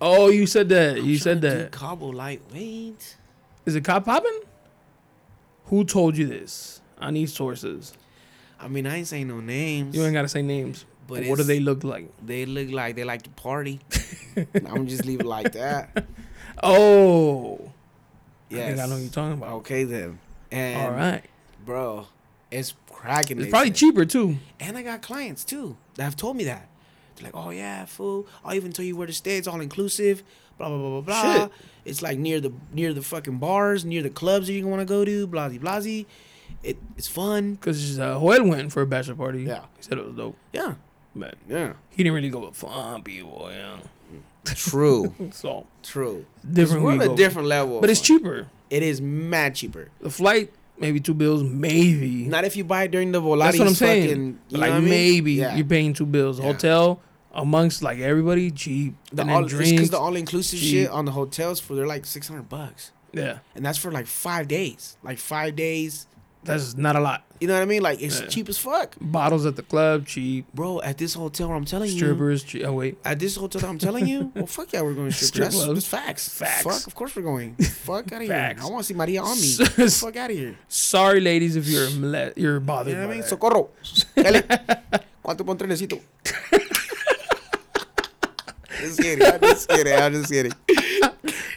B: Oh, you said that. You
A: I'm
B: said
A: trying to do
B: that.
A: Cabo lightweight.
B: Is it cop popping? Who told you this? I need sources.
A: I mean, I ain't saying no names.
B: You ain't gotta say names.
A: But
B: But what do
A: it's-
B: they look like?
A: They look like they like to party. I'm just leave it like that.
B: Oh,
A: Yes.
B: I think I know what you're talking about.
A: Okay then. And
B: All right,
A: bro, it's cracking.
B: it's
A: they
B: probably
A: say.
B: cheaper too.
A: And I got clients too that have told me that. They're like, oh yeah, fool. I'll even tell you where to stay. It's all inclusive. Blah blah blah blah blah.
B: Shit.
A: It's like near the near the fucking bars, near the clubs that you want to go to. Blazy blazy. It it's fun.
B: Cause uh, Joel went for a bachelor party.
A: Yeah.
B: he said it was dope,
A: Yeah.
B: but
A: Yeah.
B: he didn't really go with fun people. Yeah,
A: True.
B: so
A: True.
B: different.
A: We're
B: we
A: on a
B: go.
A: different level. of
B: but it's
A: fun.
B: cheaper.
A: It is mad cheaper.
B: The flight maybe two bills, maybe.
A: Not if you buy it during the Volatis.
B: That's what I'm saying.
A: Fucking, you know
B: like
A: what I mean?
B: maybe
A: Yeah.
B: you're paying two bills,
A: Yeah.
B: hotel amongst like everybody cheap,
A: The
B: and
A: all,
B: then
A: it's 'cause
B: drinks.
A: the all inclusive
B: cheap.
A: shit on the hotels for they're like six hundred bucks,
B: yeah,
A: and that's for like five days. Like five days,
B: that's not a lot.
A: you know what I mean? Like it's
B: Yeah.
A: cheap as fuck,
B: Bottles at the club, cheap.
A: bro. At this hotel, I'm telling you.
B: Strippers, cheap. Oh wait,
A: At this hotel, I'm telling you. Well, fuck yeah, we're going to
B: Strip
A: strip. That's,
B: clubs.
A: that's facts.
B: Facts.
A: Fuck, of course we're going. Fuck out of here.
B: Facts.
A: I want to see Maria on me. fuck out of here.
B: sorry ladies if you're mle- you're bothered.
A: You know
B: by
A: what I mean?
B: that.
A: Socorro. Dale. ¿Cuánto por un trenecito? Just kidding. I'm just kidding. I'm just kidding.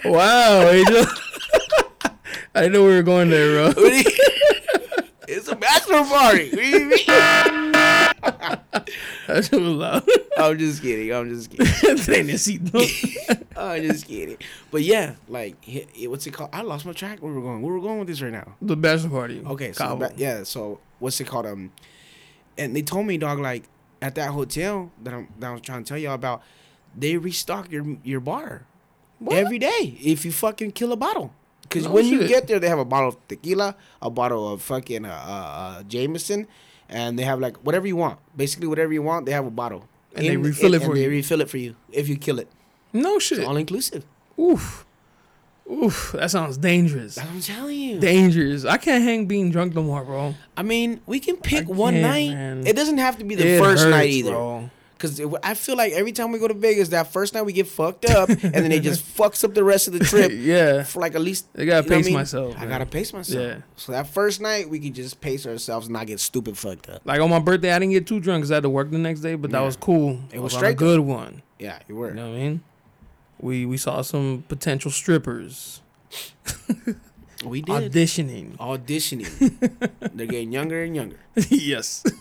B: Wow, Angel. I didn't know we were going there, bro.
A: What do you- it's a bachelor party. What do you mean?
B: That shit was loud.
A: I'm just kidding. I'm just kidding.
B: they didn't see them.
A: I'm just kidding. But yeah, like he- he- what's it called? I lost my track. Where we're going? Where we're going with this right now?
B: the bachelor party.
A: Okay, so
B: Cabo.
A: ba- yeah, so what's it called? Um, and they told me, dog, like at that hotel that I'm that I was trying to tell y'all about, they restock your your bar
B: What?
A: every day if you fucking kill a bottle. Because
B: No
A: when you
B: shit.
A: get there, they have a bottle of tequila, a bottle of fucking uh, uh, uh, Jameson, and they have like whatever you want. Basically, whatever you want, they have a bottle,
B: And they refill it for
A: and They
B: you.
A: refill it for you if you kill it.
B: No shit.
A: All inclusive.
B: Oof. Oof. That sounds dangerous.
A: That's what I'm telling you.
B: Dangerous. I can't hang being drunk no more, bro.
A: I mean, we can pick one
B: can't,
A: night.
B: man.
A: It doesn't have to be the
B: It
A: first night
B: hurts,
A: either.
B: bro.
A: Cause it- I feel like every time we go to Vegas, that first night we get fucked up, and then it just fucks up the rest of the trip.
B: Yeah.
A: For like at least
B: I gotta
A: you know what
B: pace myself,
A: I
B: man.
A: gotta pace myself.
B: Yeah.
A: So that first night we can just pace ourselves and not get stupid fucked up.
B: Like on my birthday, I didn't get too drunk because I had to work the next day, but that
A: Yeah.
B: was cool.
A: It was
B: on a
A: straight,
B: good one.
A: Yeah, you were.
B: You know what I mean? We we saw some potential strippers
A: We did Oh.
B: auditioning.
A: auditioning. They're getting younger and younger.
B: yes.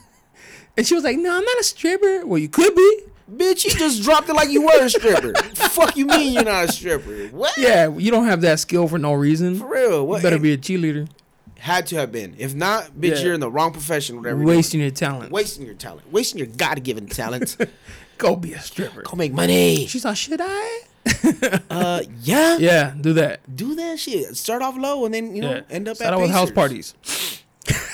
B: And she was like, "No, I'm not a stripper." Well, you could be.
A: Bitch, you just dropped it like you were a stripper. Fuck you mean you're not a stripper? What?
B: Yeah, you don't have that skill for no reason.
A: For real? What?
B: you better be a cheerleader.
A: Had to have been. If not, bitch,
B: Yeah.
A: you're in the wrong profession. Whatever. you're
B: Wasting your talent.
A: wasting your talent, wasting your God-given talent.
B: Go be a stripper.
A: Go make money.
B: She's like, "Should I?"
A: Uh, yeah,
B: Yeah, do that.
A: do that shit. Start off low and then you know
B: Yeah.
A: end up
B: Start
A: at
B: out with house
A: Pacers.
B: parties.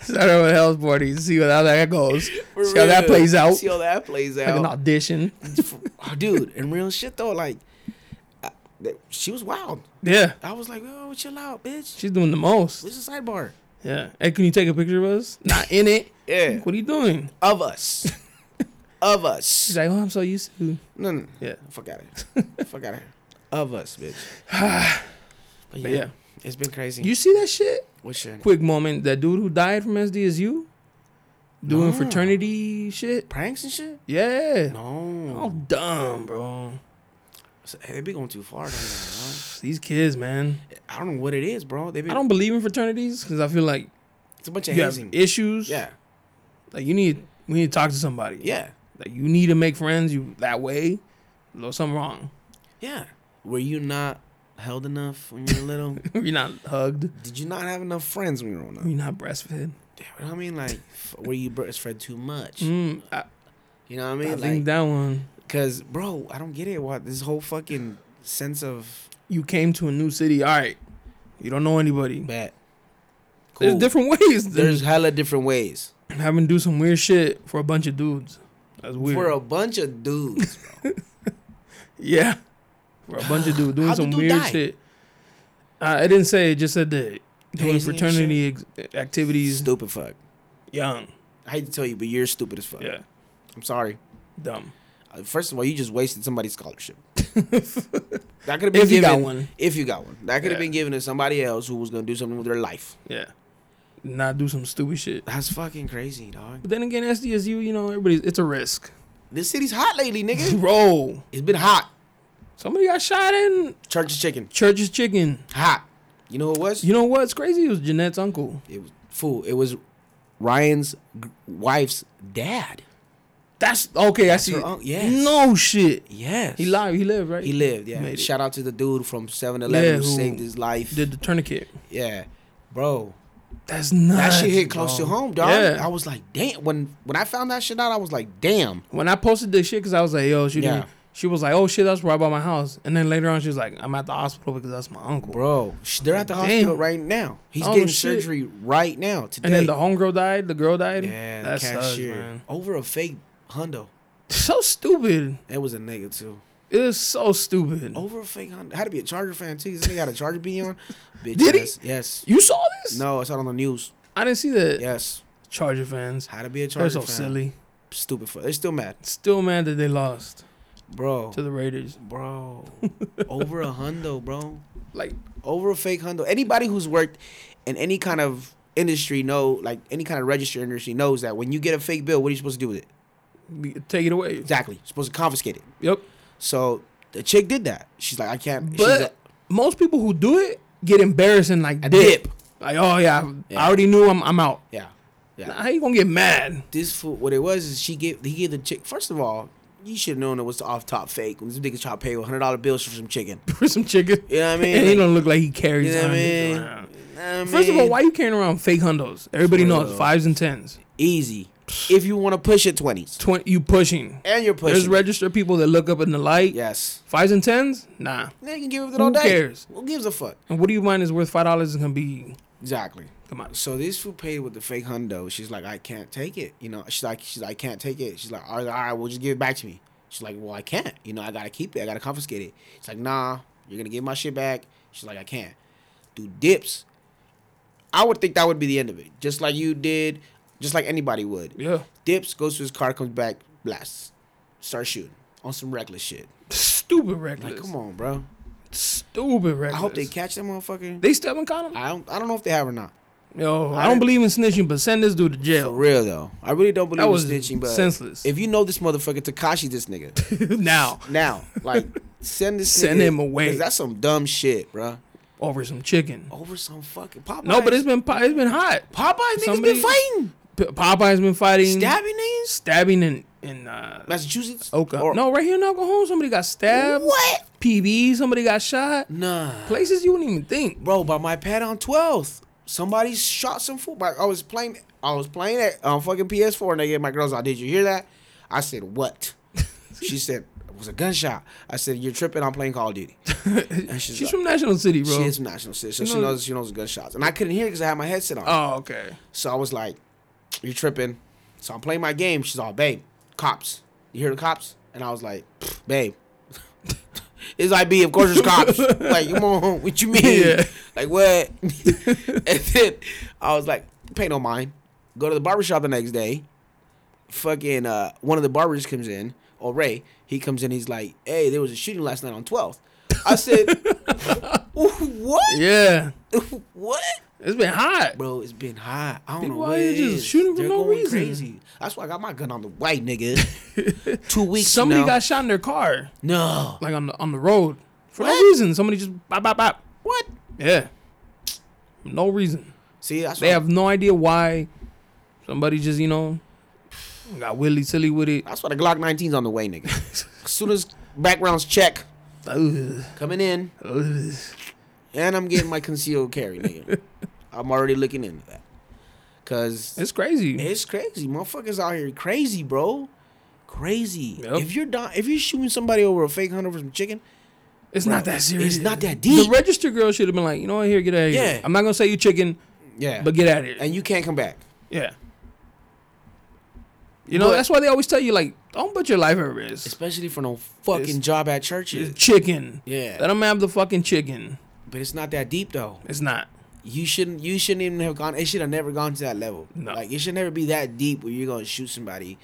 B: Start out with house parties. See what- how that goes.
A: For
B: see how that
A: real.
B: plays out.
A: See how that plays
B: like an
A: out,
B: audition.
A: Oh, dude. And real shit though, like I, that, she was wild.
B: Yeah,
A: I was like, oh, chill out, bitch.
B: she's doing the most.
A: This is a sidebar
B: Yeah. Hey, can you take a picture of us? Not in it.
A: Yeah.
B: Like, What are you doing?
A: of us, of
B: She's
A: us.
B: like, oh, I'm so used to.
A: No, no,
B: Yeah.
A: fuck out of here, fuck out of here, of us, bitch. But yeah,
B: yeah.
A: it's been crazy.
B: You see that shit?
A: What's shit?
B: Quick moment. That dude who died from SDSU, doing
A: Ah.
B: fraternity shit.
A: Pranks and shit.
B: Yeah.
A: No,
B: All dumb, bro.
A: hey, they be going too far. Down there, bro.
B: These kids, man.
A: I don't know what it is, bro. They be,
B: I don't believe in fraternities because I feel like
A: it's a bunch of
B: you have
A: hazing.
B: issues.
A: Yeah,
B: Like you need we need to talk to somebody.
A: yeah,
B: Like you need to make friends. You that way. There's something wrong.
A: yeah. Were you not held enough when you were little?
B: you're not hugged.
A: Did you not have enough friends when you were growing up?
B: You're not breastfed.
A: Damn, you know what I mean, like, f- were you breastfed too much?
B: Mm, I,
A: You know what
B: I
A: I mean?
B: think
A: Like,
B: that one.
A: because, bro, I don't get it. Why this whole fucking sense of
B: You came to a new city. All right. You don't know anybody.
A: bad.
B: There's
A: Cool.
B: different ways.
A: There's
B: There's
A: hella different ways
B: having to do some weird shit for a bunch of dudes. That's weird.
A: for a bunch of dudes. bro.
B: yeah. For a bunch of dudes doing
A: How'd the
B: some
A: dude
B: weird
A: die?
B: shit. Uh, I didn't say. It just said that
A: Hazing
B: doing
A: and
B: fraternity ex- activities
A: stupid fuck.
B: young.
A: I hate to tell you, but you're stupid as fuck.
B: Yeah.
A: I'm sorry.
B: Dumb.
A: Uh, First of all, you just wasted somebody's scholarship. that could have been
B: If you got
A: given,
B: one.
A: If you got one, that could have
B: Yeah.
A: been given to somebody else who was gonna do something with their life.
B: Yeah. Not do some stupid shit.
A: That's fucking crazy, dog.
B: But then again, SDSU, you know, everybody's it's a risk.
A: This city's hot lately, nigga.
B: Bro,
A: It's been hot.
B: somebody got shot in
A: Church's chicken,
B: Church's Chicken.
A: hot. You know who it was?
B: You know what's crazy? It was Jeanette's uncle.
A: It was fool. It was Ryan's g- wife's dad.
B: That's okay. I see.
A: her uncle, yes.
B: No shit.
A: Yes,
B: He live. He lived right.
A: He lived. Yeah.
B: Made it.
A: Shout out to the dude from 7-Eleven
B: Yeah,
A: who,
B: who
A: saved his life.
B: Did the tourniquet.
A: yeah, bro.
B: That's nuts.
A: That shit hit close
B: bro.
A: to home, dog.
B: Yeah.
A: I was like, damn. When when I found that shit out, I was like, damn.
B: when I posted this shit, cause I was like, yo, she
A: Yeah.
B: didn't. She was like, oh shit, that's right by my house. And then later on, she was like, I'm at the hospital because that's my uncle.
A: Bro, sh- they're at the
B: Damn.
A: hospital right now. He's
B: Oh,
A: getting
B: shit.
A: surgery right now today.
B: And then the homegirl died. The girl died.
A: yeah, the
B: that sucks,
A: cashier
B: man.
A: over a fake hundo.
B: So stupid.
A: That was a nigga too.
B: It is so stupid.
A: Over a fake hundo. Had to be a Charger fan too. This nigga had a Charger beanie on. Bitch,
B: Did he?
A: yes. Yes.
B: You saw this?
A: No, I saw it on the news.
B: I didn't see that.
A: Yes.
B: Charger fans.
A: Had to be a
B: They're
A: Charger
B: so
A: fan.
B: silly.
A: Stupid. Fuck. They're still mad,
B: Still mad that they lost
A: bro.
B: to the Raiders.
A: Bro, over a hundo, bro.
B: Like,
A: over a fake hundo. Anybody who's worked in any kind of industry know, like any kind of registered industry knows that when you get a fake bill, what are you supposed to do with it?
B: be- take it away.
A: Exactly, you're supposed to confiscate it.
B: Yep.
A: So the chick did that. She's like, I can't. she's
B: But
A: like,
B: most people who do it get embarrassed and like dip.
A: dip.
B: Like, oh yeah,
A: Yeah.
B: I already knew I'm I'm out.
A: yeah, Yeah.
B: How you gonna get mad?
A: this fool, what it was is she gave he gave the chick. First of all, you should have known it was the off top fake. When this nigga try to pay hundred dollar bills for some chicken.
B: For some chicken.
A: You know what I mean?
B: And he don't look like he
A: you
B: carries
A: know what I
B: hundreds
A: mean?
B: around.
A: You know what I
B: First of all,
A: mean?
B: why you carrying around fake hundos? Everybody
A: For
B: knows
A: real.
B: fives and tens.
A: easy? If you want to push it twenties
B: Twenty, you pushing.
A: and you're
B: There's
A: pushing, it.
B: registered people that look up in the light.
A: yes,
B: Fives and tens, nah.
A: they can give it
B: Who
A: all day.
B: cares?
A: Who gives a fuck?
B: And what do you mind is worth five dollars is gonna be?
A: Exactly.
B: Come on.
A: So this fool paid with the fake hundo. She's like, I can't take it. You know, she's like, she's like, I can't take it. She's like, all right, all right, well, just give it back to me. She's like, well, I can't. You know, I gotta keep it. I gotta confiscate it. She's like, nah, you're gonna give my shit back. She's like, I can't. Do dips. I would think that would be the end of it, just like you did, just like anybody would.
B: Yeah.
A: Dips goes to his car, comes back, blasts, starts shooting on some reckless shit.
B: Stupid reckless.
A: Like, come on, bro.
B: Stupid reckless.
A: I hope they catch that motherfucker.
B: They still haven't caught him.
A: I don't, I don't know if they have or not.
B: Yo,
A: I
B: I don't
A: didn't-
B: believe in snitching, but send this dude to
A: For
B: jail
A: real though, I really don't believe
B: That was
A: in snitching, but
B: senseless.
A: If you know this motherfucker, Takashi, this nigga,
B: now
A: now, like, send this,
B: Send
A: nigga-
B: him away.
A: 'cause That's some dumb shit, bruh.
B: over some chicken.
A: Over some fucking Popeye.
B: No, but it's been po- it's been hot.
A: Popeye. Niggas
B: somebody-
A: been fighting,
B: P- Popeye's been fighting,
A: stabbing niggas.
B: stabbing in in uh,
A: Massachusetts.
B: Oka.
A: Or-
B: no, right here in Oklahoma, somebody got stabbed.
A: What?
B: PB, somebody got shot.
A: Nah,
B: Places you wouldn't even think.
A: bro. By my pad on 12th, somebody shot some fool. Like, I was playing. I was playing at on fucking PS4, and they gave my girls. out. did you hear that? I said what? she said it was a gunshot. I said you're tripping. I'm playing Call of Duty. And she's
B: She's
A: like-
B: from National City, bro.
A: She is from National City, so
B: You
A: she
B: know-
A: knows she knows the gunshots. And I couldn't hear because I had my headset on.
B: oh, okay.
A: So I was like, "You tripping?" So I'm playing my game. She's all, "Babe, cops! You hear the cops?" And I was like, "Pfft, "Babe." It's like, B, of course it's cops. like, come on, what you mean?
B: Yeah.
A: Like, what? and then I was like, pay no mind. Go to the barbershop the next day. Fucking uh, one of the barbers comes in, or Ray, he comes in, he's like, hey, there was a shooting last night on 12th. I said, what?
B: Yeah,
A: what?
B: it's been hot.
A: Bro, it's been hot. I don't
B: People
A: know
B: out
A: what
B: here
A: it
B: just
A: is.
B: shooting for
A: They're
B: no
A: going
B: reason.
A: Crazy. That's why I got my gun on the white nigga. Two weeks.
B: Somebody
A: now.
B: got shot in their car,
A: no.
B: like on the on the road for
A: What?
B: no reason. Somebody just bop bop bop.
A: What?
B: Yeah, no reason.
A: See, that's
B: They
A: what,
B: have no idea why somebody just, you know, got willy silly with it.
A: that's why the Glock 19's on the way, nigga. as soon as backgrounds check
B: Ugh,
A: coming in,
B: ugh.
A: and I'm getting my concealed carry, nigga. I'm already looking into that, cause
B: It's crazy.
A: It's crazy. Motherfuckers out here crazy, bro. Crazy.
B: Yep.
A: If you're di- if you're shooting somebody over a fake hunter for some chicken,
B: It's not that serious.
A: it's not that
B: The
A: deep.
B: register girl should have been like, you know what, here, get out of here.
A: Yeah.
B: I'm not gonna say you chicken,
A: yeah.
B: but get out of here.
A: and you can't come back.
B: yeah. You know,
A: But-
B: that's why they always tell you like, don't put your life at risk.
A: Especially for no fucking
B: It's-
A: job at churches.
B: It's chicken.
A: Yeah.
B: Let them have the fucking chicken.
A: But it's not that deep though.
B: It's not.
A: You shouldn't you shouldn't even have gone it should have never gone to that level.
B: No.
A: Like it should never be that deep where you're gonna shoot somebody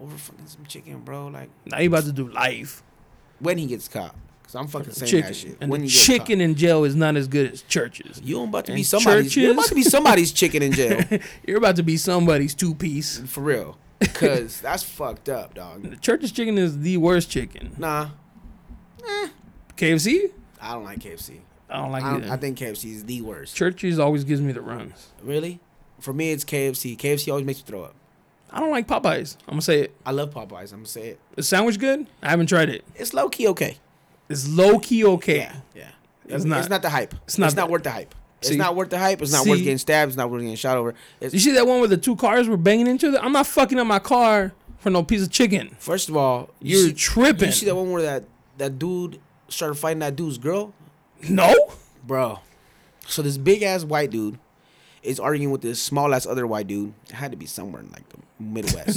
A: over fucking some chicken, bro. Like
B: Now you about to do life.
A: when he gets caught. Cause I'm fucking saying
B: chicken.
A: that shit.
B: And
A: when
B: the
A: he gets
B: chicken in jail is not as good as churches.
A: caught. You don't about to be
B: and
A: somebody's you're
B: churches.
A: about to be somebody's chicken in jail.
B: You're about to be somebody's two piece.
A: For real. Cause that's fucked up, dog.
B: The church's chicken is the worst chicken.
A: Nah.
B: KFC?
A: I don't like KFC.
B: I don't like
A: I,
B: it.
A: don't, I think KFC is the worst.
B: Churches always gives me the runs.
A: Really? For me, it's KFC. KFC always makes me throw up.
B: I don't like Popeyes. I'm gonna say it.
A: I love Popeyes. I'm gonna say it.
B: Is sandwich good? I haven't tried it.
A: It's low key okay.
B: It's low key okay.
A: Yeah, yeah.
B: It's
A: It's,
B: not-
A: not, it's not the hype. It's
B: not
A: not,
B: the-
A: worth the hype.
B: See-
A: it's not worth the hype. It's not worth
B: see-
A: getting stabbed. It's not worth getting shot over.
B: You
A: It's,
B: see that one where the two cars were banging into the I'm not fucking up my car for no piece of chicken.
A: first of all, you
B: You're
A: see-
B: tripping.
A: You see that one where that that dude started fighting that dude's girl,
B: No?
A: bro. So this big ass white dude is arguing with this small ass other white dude. It had to be somewhere in like the Midwest.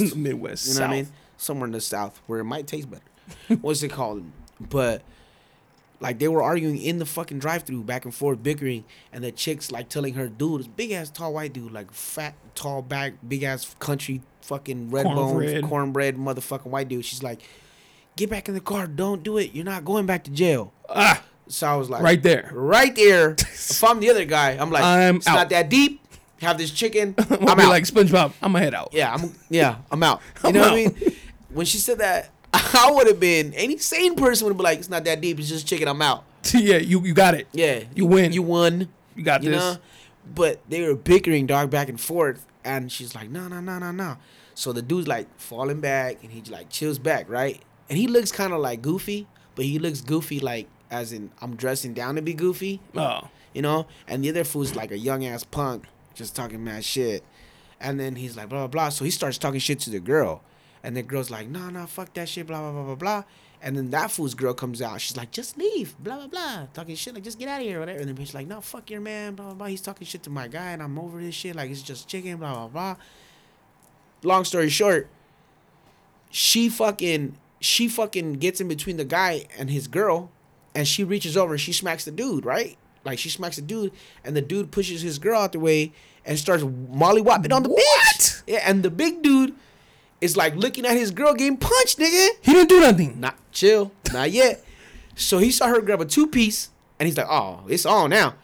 B: In the Midwest.
A: You know what I mean? Somewhere in the South where it might taste better. What's it called? But like they were arguing in the fucking drive-through, back and forth, bickering, and the chicks like telling her, "Dude, this big ass tall white dude, like fat, tall back, big ass country fucking red
B: Cornbread.
A: bones, cornbread motherfucking white dude." She's like, "Get back in the car! Don't do it! You're not going back to jail."
B: Ah,
A: So I was like,
B: right there.
A: right there." if I'm the other guy, I'm like,
B: I'm
A: "It's
B: out.
A: not that deep. Have this chicken.
B: I'm
A: I'm
B: gonna
A: out."
B: be like SpongeBob. I'm gonna head out.
A: yeah, I'm yeah, I'm out. You
B: I'm
A: know what
B: out.
A: I mean? When she said that, I would have been any sane person would have been like, it's not that deep, it's just chicken, I'm out.
B: yeah, you, you got it.
A: Yeah.
B: You win.
A: You won.
B: You got
A: You
B: this.
A: know? But they were bickering dog back and forth And she's like, no, no, no, no, no. So the dude's like falling back and he like chills back, right? And he looks kind of like goofy, but he looks goofy like as in I'm dressing down to be goofy,
B: Oh.
A: you know? And the other fool's like a young ass punk just talking mad shit. And then he's like, blah, blah, blah. So he starts talking shit to the girl. And the girl's like, no, no, fuck that shit, blah, blah, blah, blah, blah. And then that fool's girl comes out. She's like, just leave, blah, blah, blah. Talking shit, like, just get out of here, whatever. And the bitch's like, no, fuck your man, blah, blah, blah. He's talking shit to my guy, and I'm over this shit. Like, it's just chicken, blah, blah, blah. Long story short, she fucking, she fucking gets in between the guy and his girl, and she reaches over, she smacks the dude, right? Like, she smacks the dude, and the dude pushes his girl out the way and starts molly whopping on the bitch. Yeah, and the big dude is like looking at his girl getting punched, nigga
B: He didn't do nothing.
A: not chill, not yet. So he saw her grab a two piece, and he's like, "Oh, it's on now."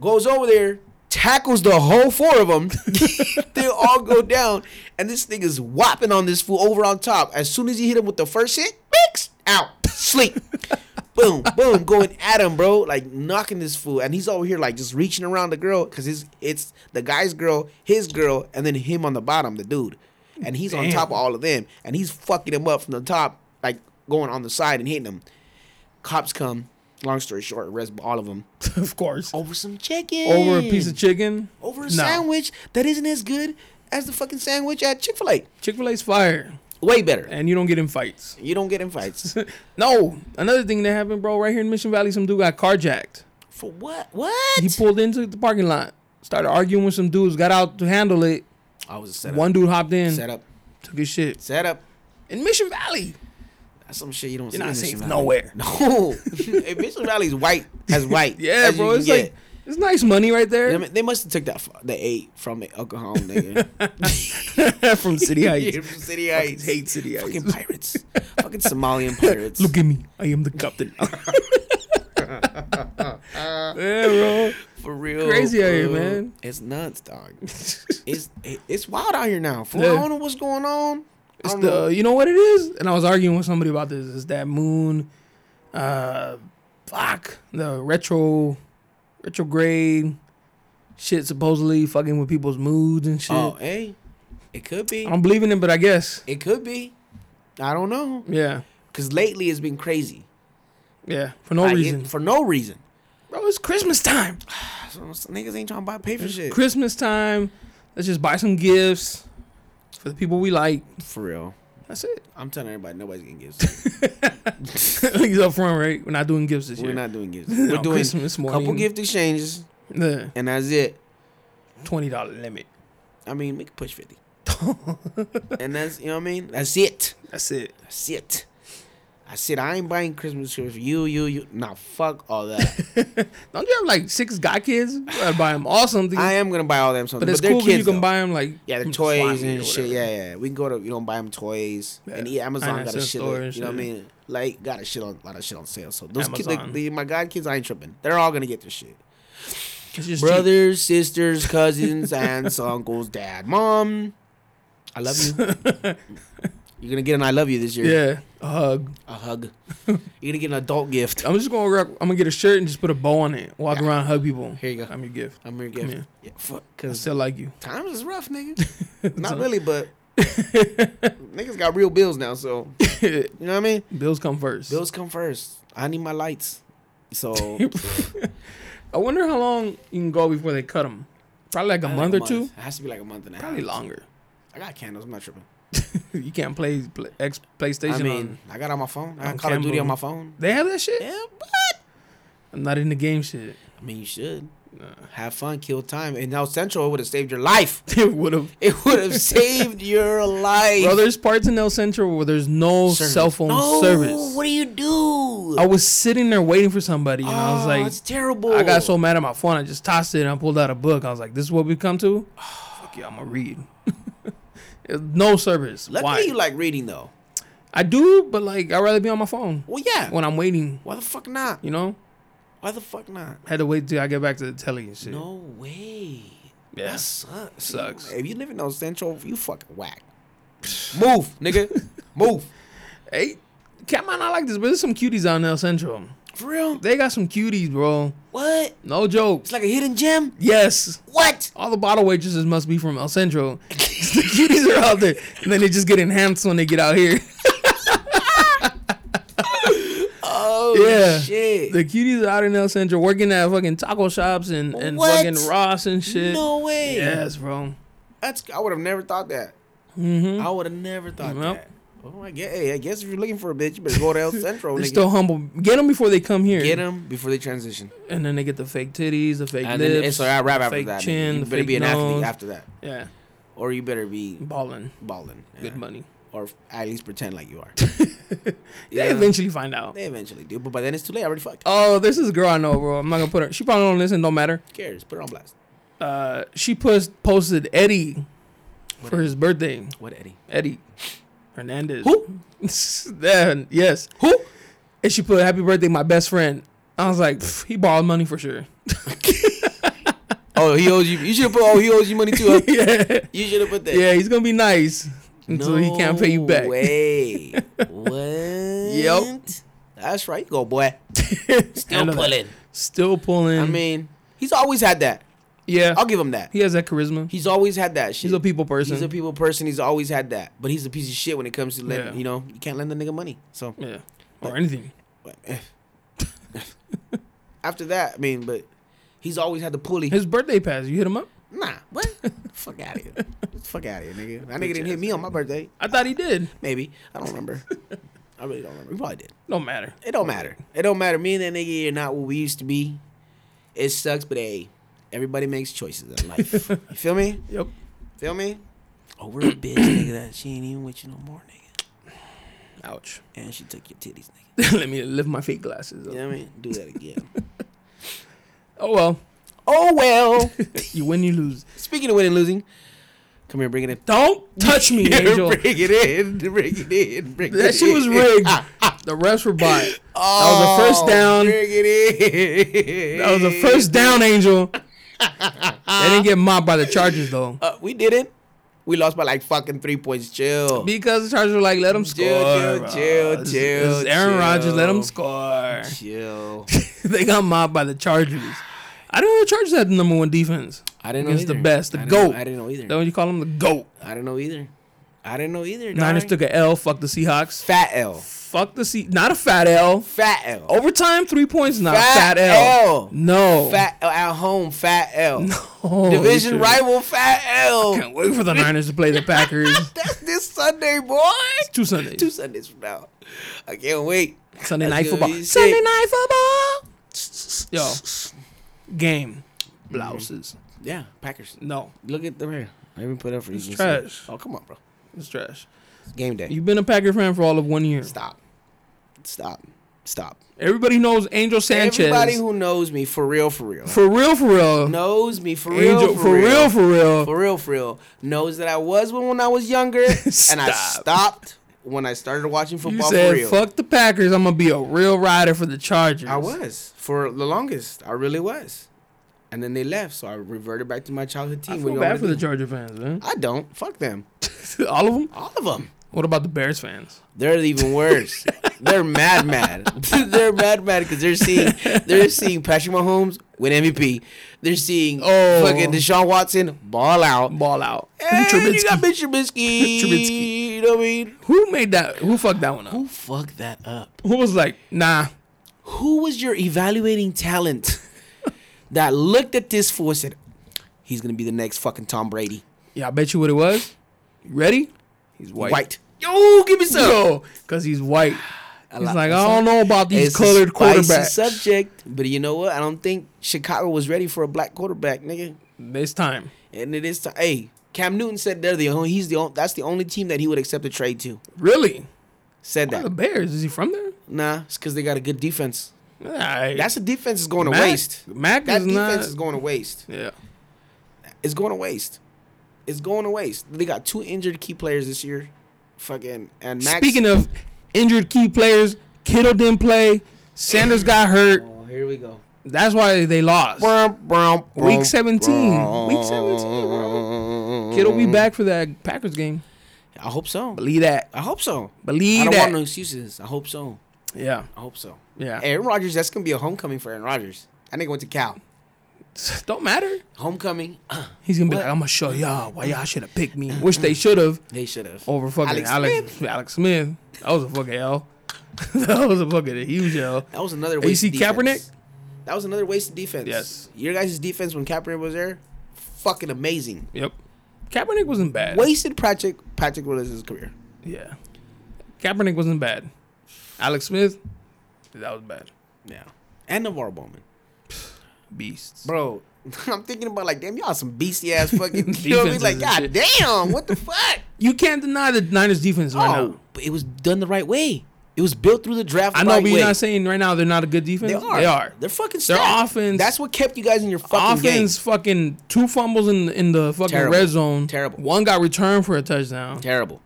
A: Goes over there, tackles the whole four of them. they all go down, and this thing is whopping on this fool over on top. As soon as he hit him with the first hit, mix out, sleep, boom, boom, going at him, bro, like knocking this fool, and he's over here like just reaching around the girl because it's it's the guy's girl, his girl, and then him on the bottom, the dude. And he's on
B: Damn.
A: top of all of them, and he's fucking him up from the top, like going on the side and hitting him. Cops come. Long story short, arrest all of them
B: of course.
A: over some chicken,
B: Over a piece of chicken.
A: Oh, over a
B: No.
A: sandwich that isn't as good as the fucking sandwich at Chick Fil A.
B: Chick Fil A's fire,
A: Way better.
B: and you don't get in fights.
A: You don't get in fights
B: No, another thing that happened, bro, right here in Mission Valley, some dude got carjacked.
A: for what? What?
B: He pulled into the parking lot, started arguing with some dudes, got out to handle it.
A: I was a setup.
B: One dude hopped in,
A: setup,
B: took his shit.
A: setup.
B: In Mission Valley,
A: That's some shit you don't.
B: you're not
A: see in
B: safe
A: Mission Valley.
B: nowhere.
A: No, Hey, Mission Valley's white as white.
B: Yeah,
A: as
B: bro,
A: you
B: it's
A: can
B: like it's nice money right
A: get. I
B: there
A: mean, they must have took that f- the eight from Oklahoma, nigga.
B: from City Heights.
A: Yeah, from City Heights.
B: hate City Heights.
A: Fucking pirates. fucking Somalian pirates.
B: Look at me, I am the captain. yeah, bro.
A: for real.
B: Crazy out here,
A: fool.
B: man.
A: It's nuts, dog. it's it- it's wild out here now. Fool. I
B: Yeah.
A: don't know what's going on. I
B: It's
A: don't
B: the uh,
A: know.
B: you know what it is, and I was arguing with somebody about this. Is that moon, uh, fuck the retro, retrograde shit supposedly fucking with people's moods and shit.
A: Oh, hey, it could be.
B: I don't believe in it, but I guess
A: It could be. I don't know.
B: yeah,
A: Cause lately it's been crazy.
B: yeah, for no
A: Like, it-
B: reason,
A: for no reason.
B: bro. It's Christmas time.
A: So, niggas ain't trying to buy paper shit.
B: Christmas time. Let's just buy some gifts for the people we like.
A: For real.
B: That's it.
A: I'm telling everybody nobody's getting gifts.
B: He's up front, right? We're not doing gifts this
A: We're
B: year.
A: not doing gifts. We're
B: On
A: doing
B: Christmas
A: a
B: morning.
A: couple gift exchanges
B: The
A: and that's it.
B: twenty dollar limit.
A: I mean, we can push fifty. and that's you know what I mean? That's it.
B: That's it.
A: That's it. I said I ain't buying Christmas gifts for you, you, you. Nah, fuck all that.
B: Don't you have like six guy kids? You gotta buy them all something.
A: I am gonna buy all them something,
B: but
A: but,
B: it's
A: they're
B: cool because
A: kids.
B: you can
A: though.
B: buy them like
A: yeah,
B: from
A: they're toys
B: Swami or
A: and shit.
B: whatever.
A: Yeah, yeah. We can go to you know buy them toys and
B: Yeah.
A: yeah, Amazon got a
B: Amazon
A: shit. on-
B: stores,
A: you know what I
B: yeah.
A: mean? Like got a shit on lot of shit on sale. So those kids,
B: Amazon.
A: like, the, my god kids, I ain't tripping. They're all gonna get this shit.
B: It's just cheap.
A: Brothers, sisters, cousins, aunts, uncles, dad, mom. I love you. You're gonna get an I love you this year.
B: Yeah, a hug.
A: A hug. You're gonna get an adult gift.
B: I'm just gonna rock, I'm gonna get a shirt and just put a bow on it. Walk
A: Yeah.
B: around, hug people.
A: Here you go.
B: I'm your gift.
A: I'm your
B: Come
A: gift.
B: here.
A: Yeah, fuck.
B: I
A: Cause
B: still like you.
A: times is rough, nigga. Not really, but niggas got real bills now, so you know what I mean.
B: Bills come first.
A: Bills come first. I need my lights. So
B: I wonder how long you can go before they cut them. Probably like a month or two.
A: It has to be like a month and a half.
B: Probably longer.
A: I got candles. I'm not tripping.
B: you can't play, play X PlayStation.
A: I mean,
B: on-
A: I got it on my phone. I
B: on
A: got Call of Duty
B: Cambo.
A: on my phone.
B: they have that shit.
A: Yeah, but
B: I'm not in the game shit.
A: I mean, you should have fun, kill time, and now Central would have saved your life.
B: it would have.
A: It would have saved your life.
B: Bro, there's parts in El Centro where there's no
A: Service.
B: cell phone
A: No,
B: service.
A: What do you do?
B: I was sitting there waiting for somebody, and I was
A: Oh,
B: like,
A: it's terrible.
B: I got so mad at my phone, I just tossed it and I pulled out a book. I was like, "This is what we come to." Fuck yeah, I'm gonna read. no service.
A: Luckily,
B: Why?
A: you like reading though.
B: I do, but like, I'd rather be on my phone
A: Well, yeah.
B: when I'm waiting.
A: Why the fuck not?
B: You know,
A: Why the fuck not?
B: had to wait till I get back to the telly and shit.
A: No way.
B: Yeah.
A: That sucks.
B: Sucks.
A: If you live in El Centro, you fucking whack. Move, nigga. Move.
B: Hey, Cat might not like this, but there's some cuties out in El Centro.
A: For real?
B: They got some cuties, bro.
A: What?
B: No joke.
A: It's like a hidden gem?
B: Yes.
A: What?
B: All the bottle waitresses must be from El Centro. the cuties are out there. And then they just get enhanced when they get out here.
A: Oh
B: Yeah.
A: shit.
B: The cuties are out in El Centro working at fucking taco shops and, and
A: What?
B: fucking Ross and shit.
A: No way.
B: Yes, bro.
A: That's I would have never thought that.
B: Mm-hmm.
A: I would have never thought
B: Nope.
A: that. Oh, I guess, hey, I guess if you're looking for a bitch, you better go to El Centro.
B: They're
A: nigga.
B: still humble. Get them before they come here.
A: Get them before they transition.
B: And then they get the fake titties, the fake
A: And then
B: lips.
A: it's all right, rap after
B: fake
A: that. nigga.
B: chin,
A: you
B: the
A: better be
B: fake
A: an
B: nose.
A: athlete after that.
B: yeah,
A: Or you better be
B: balling.
A: balling.
B: Good money.
A: Or at least pretend like you are.
B: They eventually find out.
A: They eventually do, but by then it's too late. I already fucked.
B: Oh, this is a girl I know, bro. I'm not gonna put her. She probably don't listen. Don't matter.
A: Who cares? Put it on blast.
B: Uh, she pus- posted Eddie for his birthday.
A: What Eddie?
B: Eddie Hernandez.
A: Who?
B: then yes.
A: Who?
B: And she put "Happy birthday, my best friend." I was like, "Pff, he borrowed money for sure.
A: Oh, he owes you. You should have put. Oh, he owes you money too. huh?
B: yeah,
A: You should have put that.
B: yeah. He's gonna be nice until he can't pay you
A: No
B: back.
A: Way. what?
B: Yep.
A: That's right. You go, boy. Still
B: Handle that.
A: pulling.
B: uh, Still pulling.
A: I mean, he's always had that.
B: yeah,
A: I'll give him that.
B: he has that charisma.
A: He's always had that shit.
B: He's a people person.
A: He's a people person. He's always had that. But he's a piece of shit when it comes to letting,
B: Yeah.
A: you know, you can't lend the nigga money. So,
B: Yeah. Or anything.
A: but, eh. after that, I mean, but he's always had the pulley.
B: His birthday pass, you hit him up?
A: Nah, what? fuck out of here. Fuck out of here, nigga. That nigga didn't hit me on my birthday.
B: I thought he did.
A: Maybe. I don't remember. I really don't remember. He probably did.
B: Don't matter.
A: It don't matter. It don't matter. Me and that nigga are not what we used to be. It sucks, but hey, everybody makes choices in life. you feel me?
B: Yep.
A: Feel me? Oh, we're a bitch, nigga. That she ain't even with you no more, nigga.
B: Ouch.
A: And she took your titties, nigga.
B: Let me lift my fake glasses up.
A: You know what I mean? Do that again.
B: Oh well.
A: oh well.
B: You win, you lose.
A: Speaking of winning, and losing, come here, bring it in.
B: Don't touch me, Angel.
A: bring it in. Bring it in. Bring it
B: That shit was
A: in.
B: rigged.
A: Ah, ah.
B: The refs were by. it. That was the
A: Oh,
B: first down.
A: Bring it in.
B: That was the first down, Angel. they didn't get mobbed by the Chargers though,
A: Uh, we didn't. We lost by like fucking three points. Chill.
B: because the Chargers were like, "Let them score."
A: Chill, chill,
B: bro.
A: chill,
B: This-
A: chill,
B: this is Aaron Rodgers, let them
A: chill.
B: score.
A: Chill.
B: they got mobbed by the Chargers. I didn't know the Chargers had the number one defense.
A: I didn't know
B: Against the
A: either.
B: best, the
A: I didn't know-
B: GOAT.
A: I didn't know either.
B: Don't you call them the goat?
A: I didn't know either. I didn't know either.
B: Niners
A: dog.
B: took a L. Fuck the Seahawks.
A: fat L.
B: Fuck the Se. Not a fat L.
A: Fat L.
B: Overtime, three points. Not
A: Fat
B: a Oh, fat L.
A: L.
B: No.
A: Fat L at home. Fat L.
B: Oh,
A: Division
B: shit.
A: rival. Fat L.
B: Can't wait for the Niners to play the Packers.
A: That's this Sunday, boy.
B: Two Sundays.
A: Two Sundays from now. I can't wait.
B: Sunday
A: That's
B: night
A: gonna
B: football.
A: be sick.
B: Sunday night football. Yo. Game. Blouses.
A: Yeah, Packers.
B: No.
A: Look at the rear. I even put up for you.
B: trash.
A: Oh come on, bro.
B: It's trash.
A: It's game day.
B: You've been a Packer fan for all of one year.
A: Stop. Stop. Stop.
B: Everybody knows Angel Sanchez.
A: Everybody who knows me for real, for real,
B: for real, for real.
A: knows me for real,
B: Angel, for real, for real.
A: for real, for real, knows that I was one when I was younger, and I
B: Stop.
A: stopped when I started watching
B: You
A: football for
B: said,
A: real.
B: "Fuck the Packers. I'm gonna be a real rider for the Chargers."
A: I was for the longest. I really was, and then they left, so I reverted back to my childhood team.
B: I
A: What
B: feel
A: do you
B: bad
A: want
B: for
A: me
B: the
A: to
B: Charger fans, man.
A: do? I don't. Fuck them.
B: All of them.
A: All of them.
B: What about the Bears fans?
A: They're even worse. they're mad, mad. they're mad, mad because they're seeing they're seeing Patrick Mahomes win MVP. They're seeing
B: Oh.
A: fucking Deshaun Watson ball out.
B: Ball out.
A: And you
B: Trubisky.
A: got Mitch Trubisky.
B: Trubisky.
A: You know what I mean?
B: Who made that? Who fucked that one up?
A: Who fucked that up?
B: Who was like, "Nah,
A: Who was your evaluating talent that looked at this fool and said, he's going to be the next fucking Tom Brady?
B: yeah, I bet you what it was." You ready? He's
A: White.
B: white.
A: Yo, give me some.
B: Yo, because he's white. He's
A: like
B: like,
A: that
B: I don't
A: song.
B: know about these
A: It's a
B: colored
A: spicy
B: quarterbacks.
A: subject, but you know what? I don't think Chicago was ready for a black quarterback, nigga.
B: this time,
A: And it is time. Hey, Cam Newton said they're the only. He's the only, that's the only team that he would accept a trade to.
B: really?
A: Said
B: Why the
A: that.
B: Bears? Is he from there?
A: Nah, it's because they got a good defense.
B: Alright.
A: That's a defense is going to
B: Mac-
A: waste.
B: Mac
A: that
B: is
A: defense
B: not-
A: is going to waste.
B: yeah.
A: It's going to waste. It's going to waste. They got two injured key players this year. Fucking and Max.
B: Speaking of injured key players, Kittle didn't play. Sanders got hurt.
A: oh, here we go.
B: That's why they lost.
A: Week
B: Week 17. Week 17, bro. Kittle be back for that Packers game.
A: I hope so.
B: Believe that.
A: I hope so. I
B: Believe
A: don't
B: that.
A: want no excuses. I hope so.
B: Yeah.
A: I hope so.
B: Yeah.
A: Aaron Rodgers, that's gonna be a homecoming for Aaron Rodgers. That nigga went to Cal.
B: Don't matter.
A: Homecoming.
B: He's gonna be
A: What?
B: like, I'm gonna show y'all why y'all should have picked me, which they should have
A: They should have.
B: over fucking
A: Alex
B: Alex Alex Smith. That was a fucking L. that was a fucking huge L.
A: That was another
B: you
A: waste.
B: see
A: defense.
B: Kaepernick?
A: That was another waste of defense.
B: Yes.
A: Your guys' defense when Kaepernick was there, fucking amazing.
B: Yep. Kaepernick wasn't bad.
A: Wasted Patrick Patrick Willis's career.
B: Yeah. Kaepernick wasn't bad. Alex Smith, that was bad.
A: Yeah. And Navarro Bowman.
B: Beasts.
A: Bro, I'm thinking about like, damn, y'all some beastie ass fucking you know what I mean?
B: Defenses
A: Like,
B: and
A: god
B: shit.
A: damn, what the fuck?
B: You can't deny the Niners defense right
A: oh,
B: now.
A: but it was done the right way. It was built through the draft.
B: I
A: the
B: know,
A: right
B: but you're
A: way.
B: not saying right now they're not a good defense.
A: they are.
B: They are.
A: They're fucking
B: Their
A: stacked.
B: offense-
A: That's what kept you guys in your fucking
B: Offense,
A: game.
B: fucking two fumbles in in the fucking
A: Terrible.
B: red zone.
A: Terrible.
B: One got returned for a touchdown.
A: Terrible.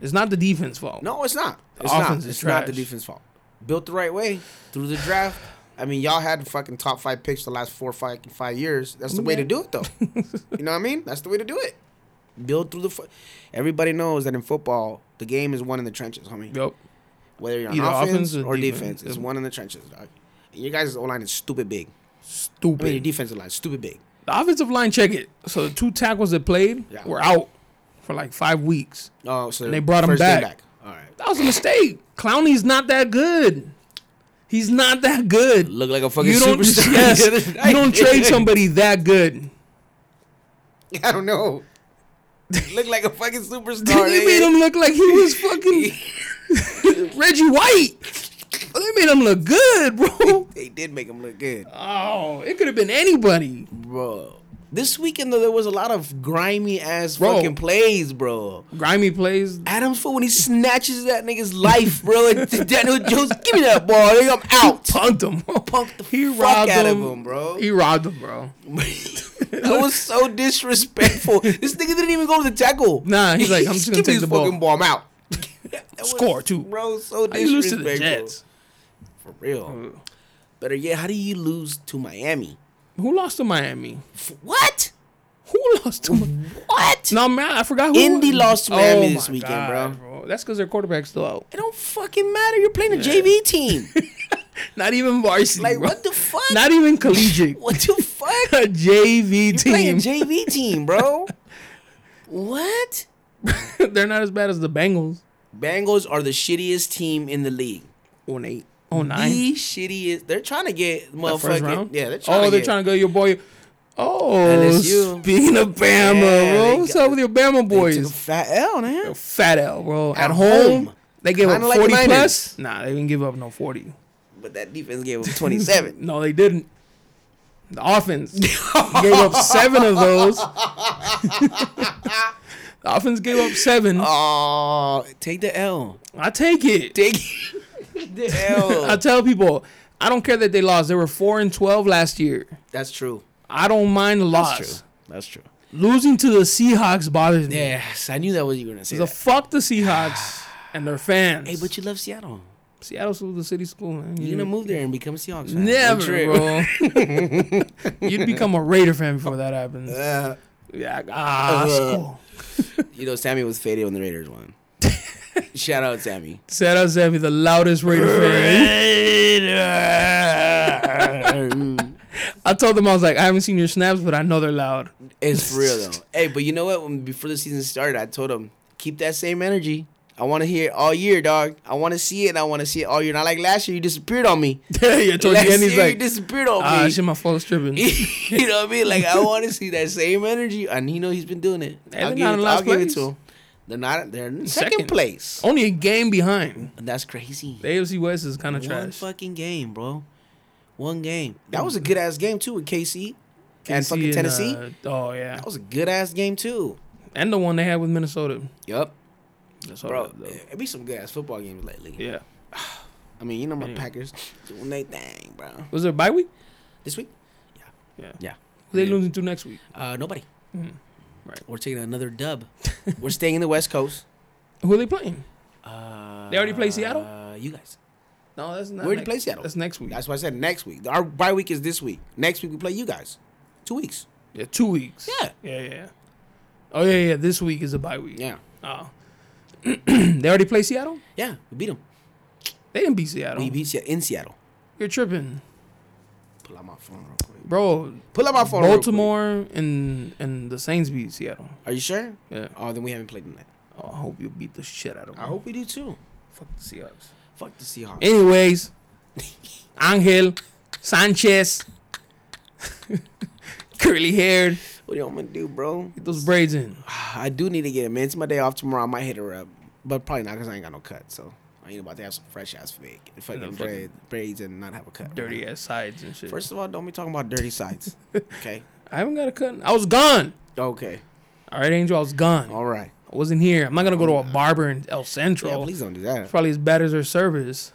B: It's not the defense fault.
A: No, it's not. It's
B: offense
A: not.
B: is
A: It's not the
B: trash.
A: defense fault. Built the right way through the draft. I mean, y'all had fucking top five picks the last four, five, five years. That's the way to do it, though. you know what I mean? That's the way to do it. Build through the. Fo- Everybody knows that in football, the game is won in the trenches, homie.
B: Yep.
A: Whether you're on
B: Either
A: offense,
B: offense or
A: or defense,
B: defense.
A: it's one in the trenches, dog. And your guys' O line is stupid big. I
B: Stupid.
A: mean, your defensive line is stupid big.
B: the offensive line, check it. So the two tackles that played
A: Yeah.
B: were out for like five weeks.
A: Oh, so
B: they brought him
A: first day
B: back.
A: All right.
B: That was a mistake. Clowney's not that good. He's not that good.
A: Look like a fucking
B: You don't,
A: superstar.
B: yes,
A: the other
B: you don't
A: night.
B: trade somebody that good.
A: I don't know. Look like a fucking superstar.
B: They made him look like he was fucking Reggie White. They made him look good, bro.
A: They did make him look good,
B: Oh, it could have been anybody.
A: bro. This weekend though, there was a lot of grimy ass
B: Bro.
A: fucking plays, bro.
B: Grimy plays.
A: Adams for when he snatches that nigga's life, bro. And Daniel Jones, give me that ball. Nigga, I'm out.
B: Punked him.
A: Punked the
B: he
A: fuck
B: robbed
A: out of
B: him.
A: him, bro.
B: He robbed him, bro.
A: that was so disrespectful. This nigga didn't even go to the tackle.
B: Nah, he's like, I'm just gonna
A: Give me
B: take
A: this
B: the ball.
A: fucking ball. I'm out. That was-
B: Score, too.
A: bro. So
B: How you lose to
A: disrespectful.
B: the Jets? Uh.
A: For real. Better yet, how do you lose to Miami?
B: Who lost to Miami?
A: F- What?
B: Who lost to? Mi-
A: What?
B: No, man, I forgot who.
A: Indy lost to
B: Oh
A: Miami
B: my
A: this weekend,
B: God,
A: bro.
B: That's because their quarterback's still out.
A: It don't fucking matter. You're playing a JV team.
B: Not even varsity.
A: Like,
B: bro.
A: what the fuck?
B: Not even collegiate.
A: what the fuck?
B: a JV
A: You're playing
B: team.
A: a JV team, bro. what?
B: They're not as bad as the Bengals.
A: Bengals are the shittiest team in the league.
B: On eight. On Oh, nine.
A: The shittiest. They're trying to get
B: That first
A: motherfucking.
B: round.
A: Yeah, they're trying.
B: oh,
A: to
B: they're
A: get,
B: trying to go your boy. Oh,
A: LSU.
B: speaking of Bama,
A: Yeah,
B: bro,
A: they
B: what's
A: got-
B: up with your Bama
A: They took a
B: boys?
A: fat L, man.
B: Fat L, bro. At,
A: At
B: home,
A: home.
B: they gave up
A: Kinda like
B: forty
A: Niners.
B: plus. Nah, they didn't give up no forty.
A: But that defense gave them 27.
B: No, they didn't. The offense gave up seven of those. the offense gave up seven.
A: oh, take the L.
B: I take it.
A: Take the
B: I
A: L.
B: tell people, I don't care that they lost. They were four and twelve last year.
A: That's true.
B: I don't mind the
A: That's
B: loss.
A: true. That's true.
B: Losing to the Seahawks bothers me.
A: Yes, I knew that was you were gonna say.
B: So
A: that.
B: fuck the Seahawks and their fans.
A: hey, but you love Seattle.
B: Seattle's the city school, man.
A: You're gonna move there and become a Seahawks fan.
B: Never, bro. You'd become a Raider fan before that happens.
A: Uh,
B: Yeah, ah, school.
A: you know, Sammy was faded when the Raiders won. Shout out Sammy.
B: Shout out Sammy, the loudest Raider fan. I told them I was like, I haven't seen your snaps, but I know they're loud.
A: it's for real though. Hey, but you know what? When before the season started, I told him keep that same energy. I want to hear it all year, dog. I want to see it. and I want to see it all year. Not like last year, you disappeared on me.
B: yeah, towards
A: Last
B: the end,
A: year,
B: he's
A: you
B: like,
A: disappeared on
B: ah,
A: me.
B: shit, my phone's tripping.
A: you know what I mean? Like I want to see that same energy, and he know he's been doing it.
B: Hey,
A: I'll,
B: they're
A: give
B: not
A: it,
B: in
A: to-
B: last
A: I'll give it
B: place.
A: to him. They're not. They're in second,
B: Second. Oh.
A: place.
B: Only a game behind.
A: And that's crazy.
B: The AFC West is kind of
A: One
B: trash.
A: fucking game, bro. One game. That was a good ass game too with KC, and
B: KC
A: fucking Tennessee.
B: uh, oh yeah,
A: that was a good ass game too.
B: and the one they had with Minnesota.
A: Yep,
B: That's all
A: bro.
B: that, though.
A: It be some good ass football games lately.
B: Yeah.
A: I mean, you know my
B: Anyway.
A: Packers doing their thing, bro.
B: Was it a bye week?
A: This week,
B: Yeah.
A: yeah.
B: Who they
A: Yeah.
B: losing to next week?
A: Uh, nobody.
B: Mm-hmm. Right.
A: We're taking another dub. We're staying in the West Coast.
B: Who are they playing?
A: Uh,
B: They already play Seattle?
A: Uh, you guys.
B: No, that's not.
A: We already
B: next-
A: play Seattle.
B: That's next week.
A: That's why I said next week. Our bye week is this week. Next week we play you guys. Two weeks.
B: yeah, two weeks.
A: Yeah.
B: Yeah, yeah. yeah. Oh yeah, yeah. This week is a bye week.
A: Yeah.
B: Oh. they already play Seattle.
A: Yeah. We beat them.
B: They didn't beat Seattle.
A: We beat Seattle in Seattle.
B: You're tripping,
A: Pull out my phone real quick.
B: bro.
A: Pull out my phone. real quick.
B: Baltimore and and the Saints beat Seattle.
A: Are you sure?
B: Yeah.
A: Oh, then we haven't played tonight.
B: Oh, I hope you beat the shit out of them.
A: I hope we do too.
B: Fuck the Seahawks.
A: Fuck the Seahawks.
B: Anyways, Angel Sanchez, curly haired.
A: what do you want me to do, bro?
B: Get those braids in.
A: I do need to get it, man. It's my day off tomorrow. I might hit her up, but probably not because I ain't got no cut. So I ain't about to have some fresh ass fake, fucking
B: fucking-
A: braid, braids, and not have a cut.
B: Dirty ass sides and shit.
A: First of all, don't be talking about dirty sides. okay.
B: I haven't got a cut. I was gone.
A: Okay.
B: All right, Angel, I was gone.
A: All right.
B: I wasn't here. I'm not gonna go to a barber in El
A: Yeah,
B: Centro.
A: please don't do that.
B: Probably as bad as her service.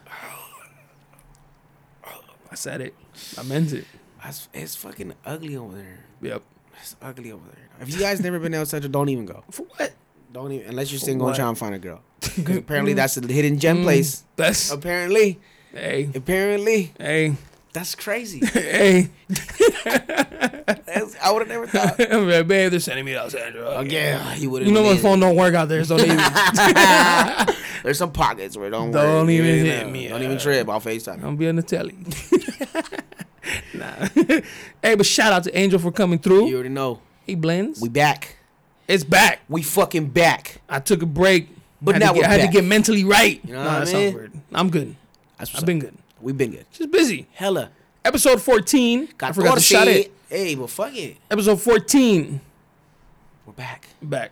B: I said it. I meant it.
A: It's, it's fucking ugly over there.
B: Yep.
A: It's ugly over there. If you guys never been to El Centro, don't even go.
B: For what?
A: Don't even unless you're single
B: what? Mm.
A: and trying to find a girl. 'Cause apparently that's the hidden gem place.
B: That's
A: Apparently,
B: hey,
A: apparently,
B: hey,
A: that's crazy.
B: hey.
A: That's- I would have never thought.
B: I'm like, Babe, they're sending me to El Centro.
A: Again, he would have.
B: You know my phone don't work out there, so they
A: There's some pockets where don't
B: Don't
A: worry,
B: even
A: you
B: hit
A: know,
B: me
A: Don't
B: up.
A: even trip. I'll Facetime.
B: I'm be on the telly. nah. hey, but shout out to Angel for coming through.
A: You already know.
B: he blends.
A: We back.
B: it's back.
A: We fucking back.
B: I took a break,
A: But
B: had
A: now
B: to get,
A: we're
B: I had
A: back.
B: to get mentally right.
A: know
B: Nah,
A: what I
B: that sounds
A: mean?
B: weird. I'm good.
A: That's what's
B: I've
A: up.
B: been good.
A: We've been good.
B: Just busy.
A: Hella.
B: Episode 14. I forgot to shout
A: 14.
B: it.
A: Hey, but fuck it.
B: Episode 14.
A: We're back.
B: Back.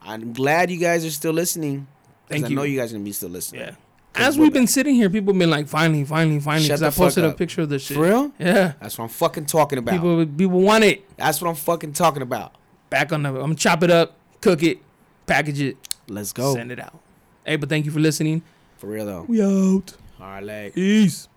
A: I'm glad you guys are still listening. 'cause
B: Thank
A: I
B: you.
A: know you guys are gonna be still listening.
B: Yeah.
A: Cause
B: As
A: we're
B: we've been sitting here, people been like, finally, finally, finally.
A: Shut
B: Because I
A: the fuck
B: posted a
A: up.
B: picture of this shit.
A: For real?
B: Yeah.
A: That's what I'm fucking talking about.
B: People, people want it.
A: That's what I'm fucking talking about.
B: Back on the. I'm going to chop it up, cook it, package it,
A: Let's go.
B: send it out. Hey, but thank you for listening.
A: For real though.
B: We out.
A: All right, like.
B: Peace.